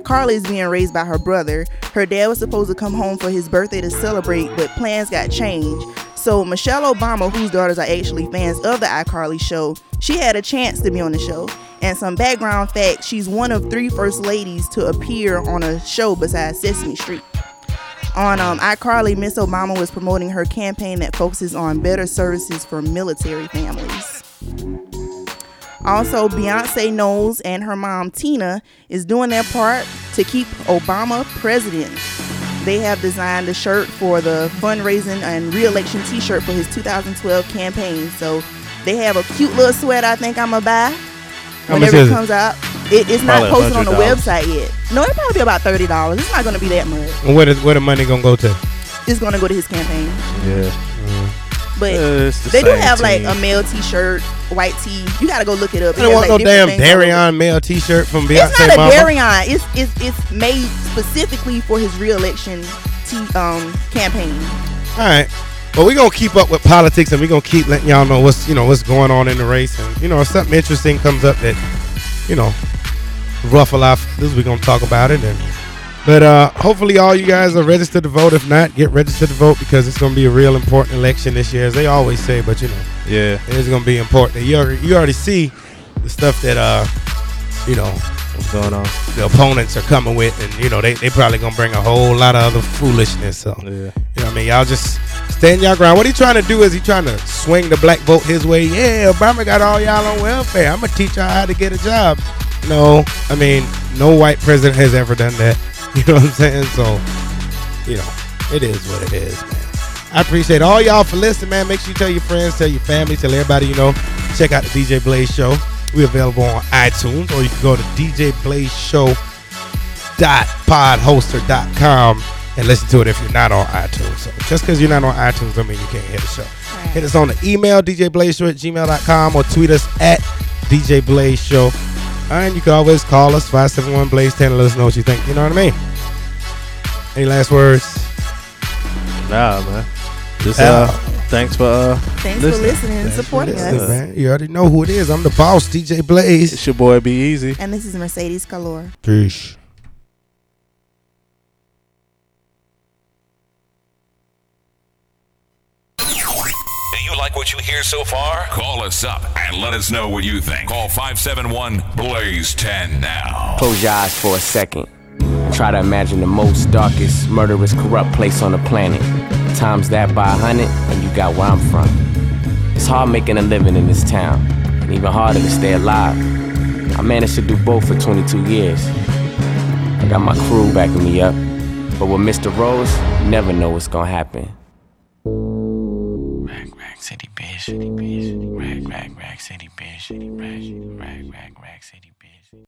[SPEAKER 3] Carly is being raised by her brother. Her dad was supposed to come home for his birthday to celebrate, but plans got changed. So Michelle Obama, whose daughters are actually fans of the iCarly show, she had a chance to be on the show. And some background facts, she's one of three first ladies to appear on a show besides Sesame Street. On um, iCarly, Miss Obama was promoting her campaign that focuses on better services for military families. Also, Beyonce Knowles and her mom Tina is doing their part to keep Obama president. They have designed a shirt for the fundraising and reelection T-shirt for his 2012 campaign. So they have a cute little sweater. I think I'm gonna buy
[SPEAKER 1] How much
[SPEAKER 3] whenever
[SPEAKER 1] is
[SPEAKER 3] it
[SPEAKER 1] it?
[SPEAKER 3] comes out. It, it's
[SPEAKER 1] Probably
[SPEAKER 3] not posted on the
[SPEAKER 1] $100.
[SPEAKER 3] website yet. No, it'll probably be about thirty dollars. It's not gonna be that much.
[SPEAKER 1] And where, does, where the money gonna go to? Mm.
[SPEAKER 3] It's gonna go to his campaign.
[SPEAKER 2] yeah
[SPEAKER 3] But
[SPEAKER 1] Uh, it's the
[SPEAKER 3] they do
[SPEAKER 1] same
[SPEAKER 3] have like
[SPEAKER 1] team.
[SPEAKER 3] a male T-shirt, white tee. You gotta go look it up.
[SPEAKER 1] I
[SPEAKER 3] It
[SPEAKER 1] don't want
[SPEAKER 3] has, like,
[SPEAKER 1] no
[SPEAKER 3] different
[SPEAKER 1] damn
[SPEAKER 3] things all over.
[SPEAKER 1] Darion male T-shirt from Beyonce.
[SPEAKER 3] It's not a
[SPEAKER 1] mama.
[SPEAKER 3] Darion. It's it's it's made specifically for his reelection t- um campaign.
[SPEAKER 1] All right, but we gonna keep up with politics, and we gonna keep letting y'all know what's you know what's going on in the race, and you know if something interesting comes up that you know ruffle our feathers, we gonna talk about it. And but uh, hopefully all you guys are registered to vote. If not, get registered to vote because it's gonna be a real important election this year, as they always say. But you know,
[SPEAKER 2] Yeah.
[SPEAKER 1] it's gonna be important. You already, you already see the stuff that uh, you know,
[SPEAKER 2] what's going on.
[SPEAKER 1] The opponents are coming with, and you know they they probably gonna bring a whole lot of other foolishness. So yeah, you know what I mean. Y'all just stand your ground. What he trying to do is he trying to swing the black vote his way. Yeah, Obama got all y'all on welfare. I'm gonna teach y'all how to get a job. No, I mean no white president has ever done that. You know what I'm saying? So you know it is what it is, man. I appreciate all y'all for listening, man. Make sure you tell your friends, tell your family, tell everybody you know. Check out the DJ Blaze Show. We're available on iTunes, or you can go to djblazeshow.podhoster.com and listen to it if you're not on iTunes. So just because you're not on iTunes don't mean you can't hear the show. Hit us on the email, djblazeshow at gmail.com, or tweet us at djblazeshow. And you can always call us, 571-BLAZE-10, and let us know what you think. You know what I mean? Any last words?
[SPEAKER 2] Nah, man. Just
[SPEAKER 1] Yeah.
[SPEAKER 2] uh, thanks for uh,
[SPEAKER 3] Thanks for listening and supporting us.
[SPEAKER 1] Listen, man, you already know who it is. I'm the boss, DJ Blaze. It's
[SPEAKER 2] your boy, Be Easy.
[SPEAKER 3] And this is Mercedes Calor.
[SPEAKER 1] Peace.
[SPEAKER 5] Do you like what you hear so far? Call us up and let us know what you think. Call 571 Blaze 10 now.
[SPEAKER 15] Close your eyes for a second. Try to imagine the most darkest, murderous, corrupt place on the planet. Times that by a hundred, and you got where I'm from. It's hard making a living in this town, and even harder to stay alive. I managed to do both for 22 years. I got my crew backing me up, but with Mr. Rose, you never know what's gonna happen.
[SPEAKER 6] Rack, rack, city bitch, city bitch, rack, rack, rack, city bitch, city rack, rack, rack, rack, city bitch.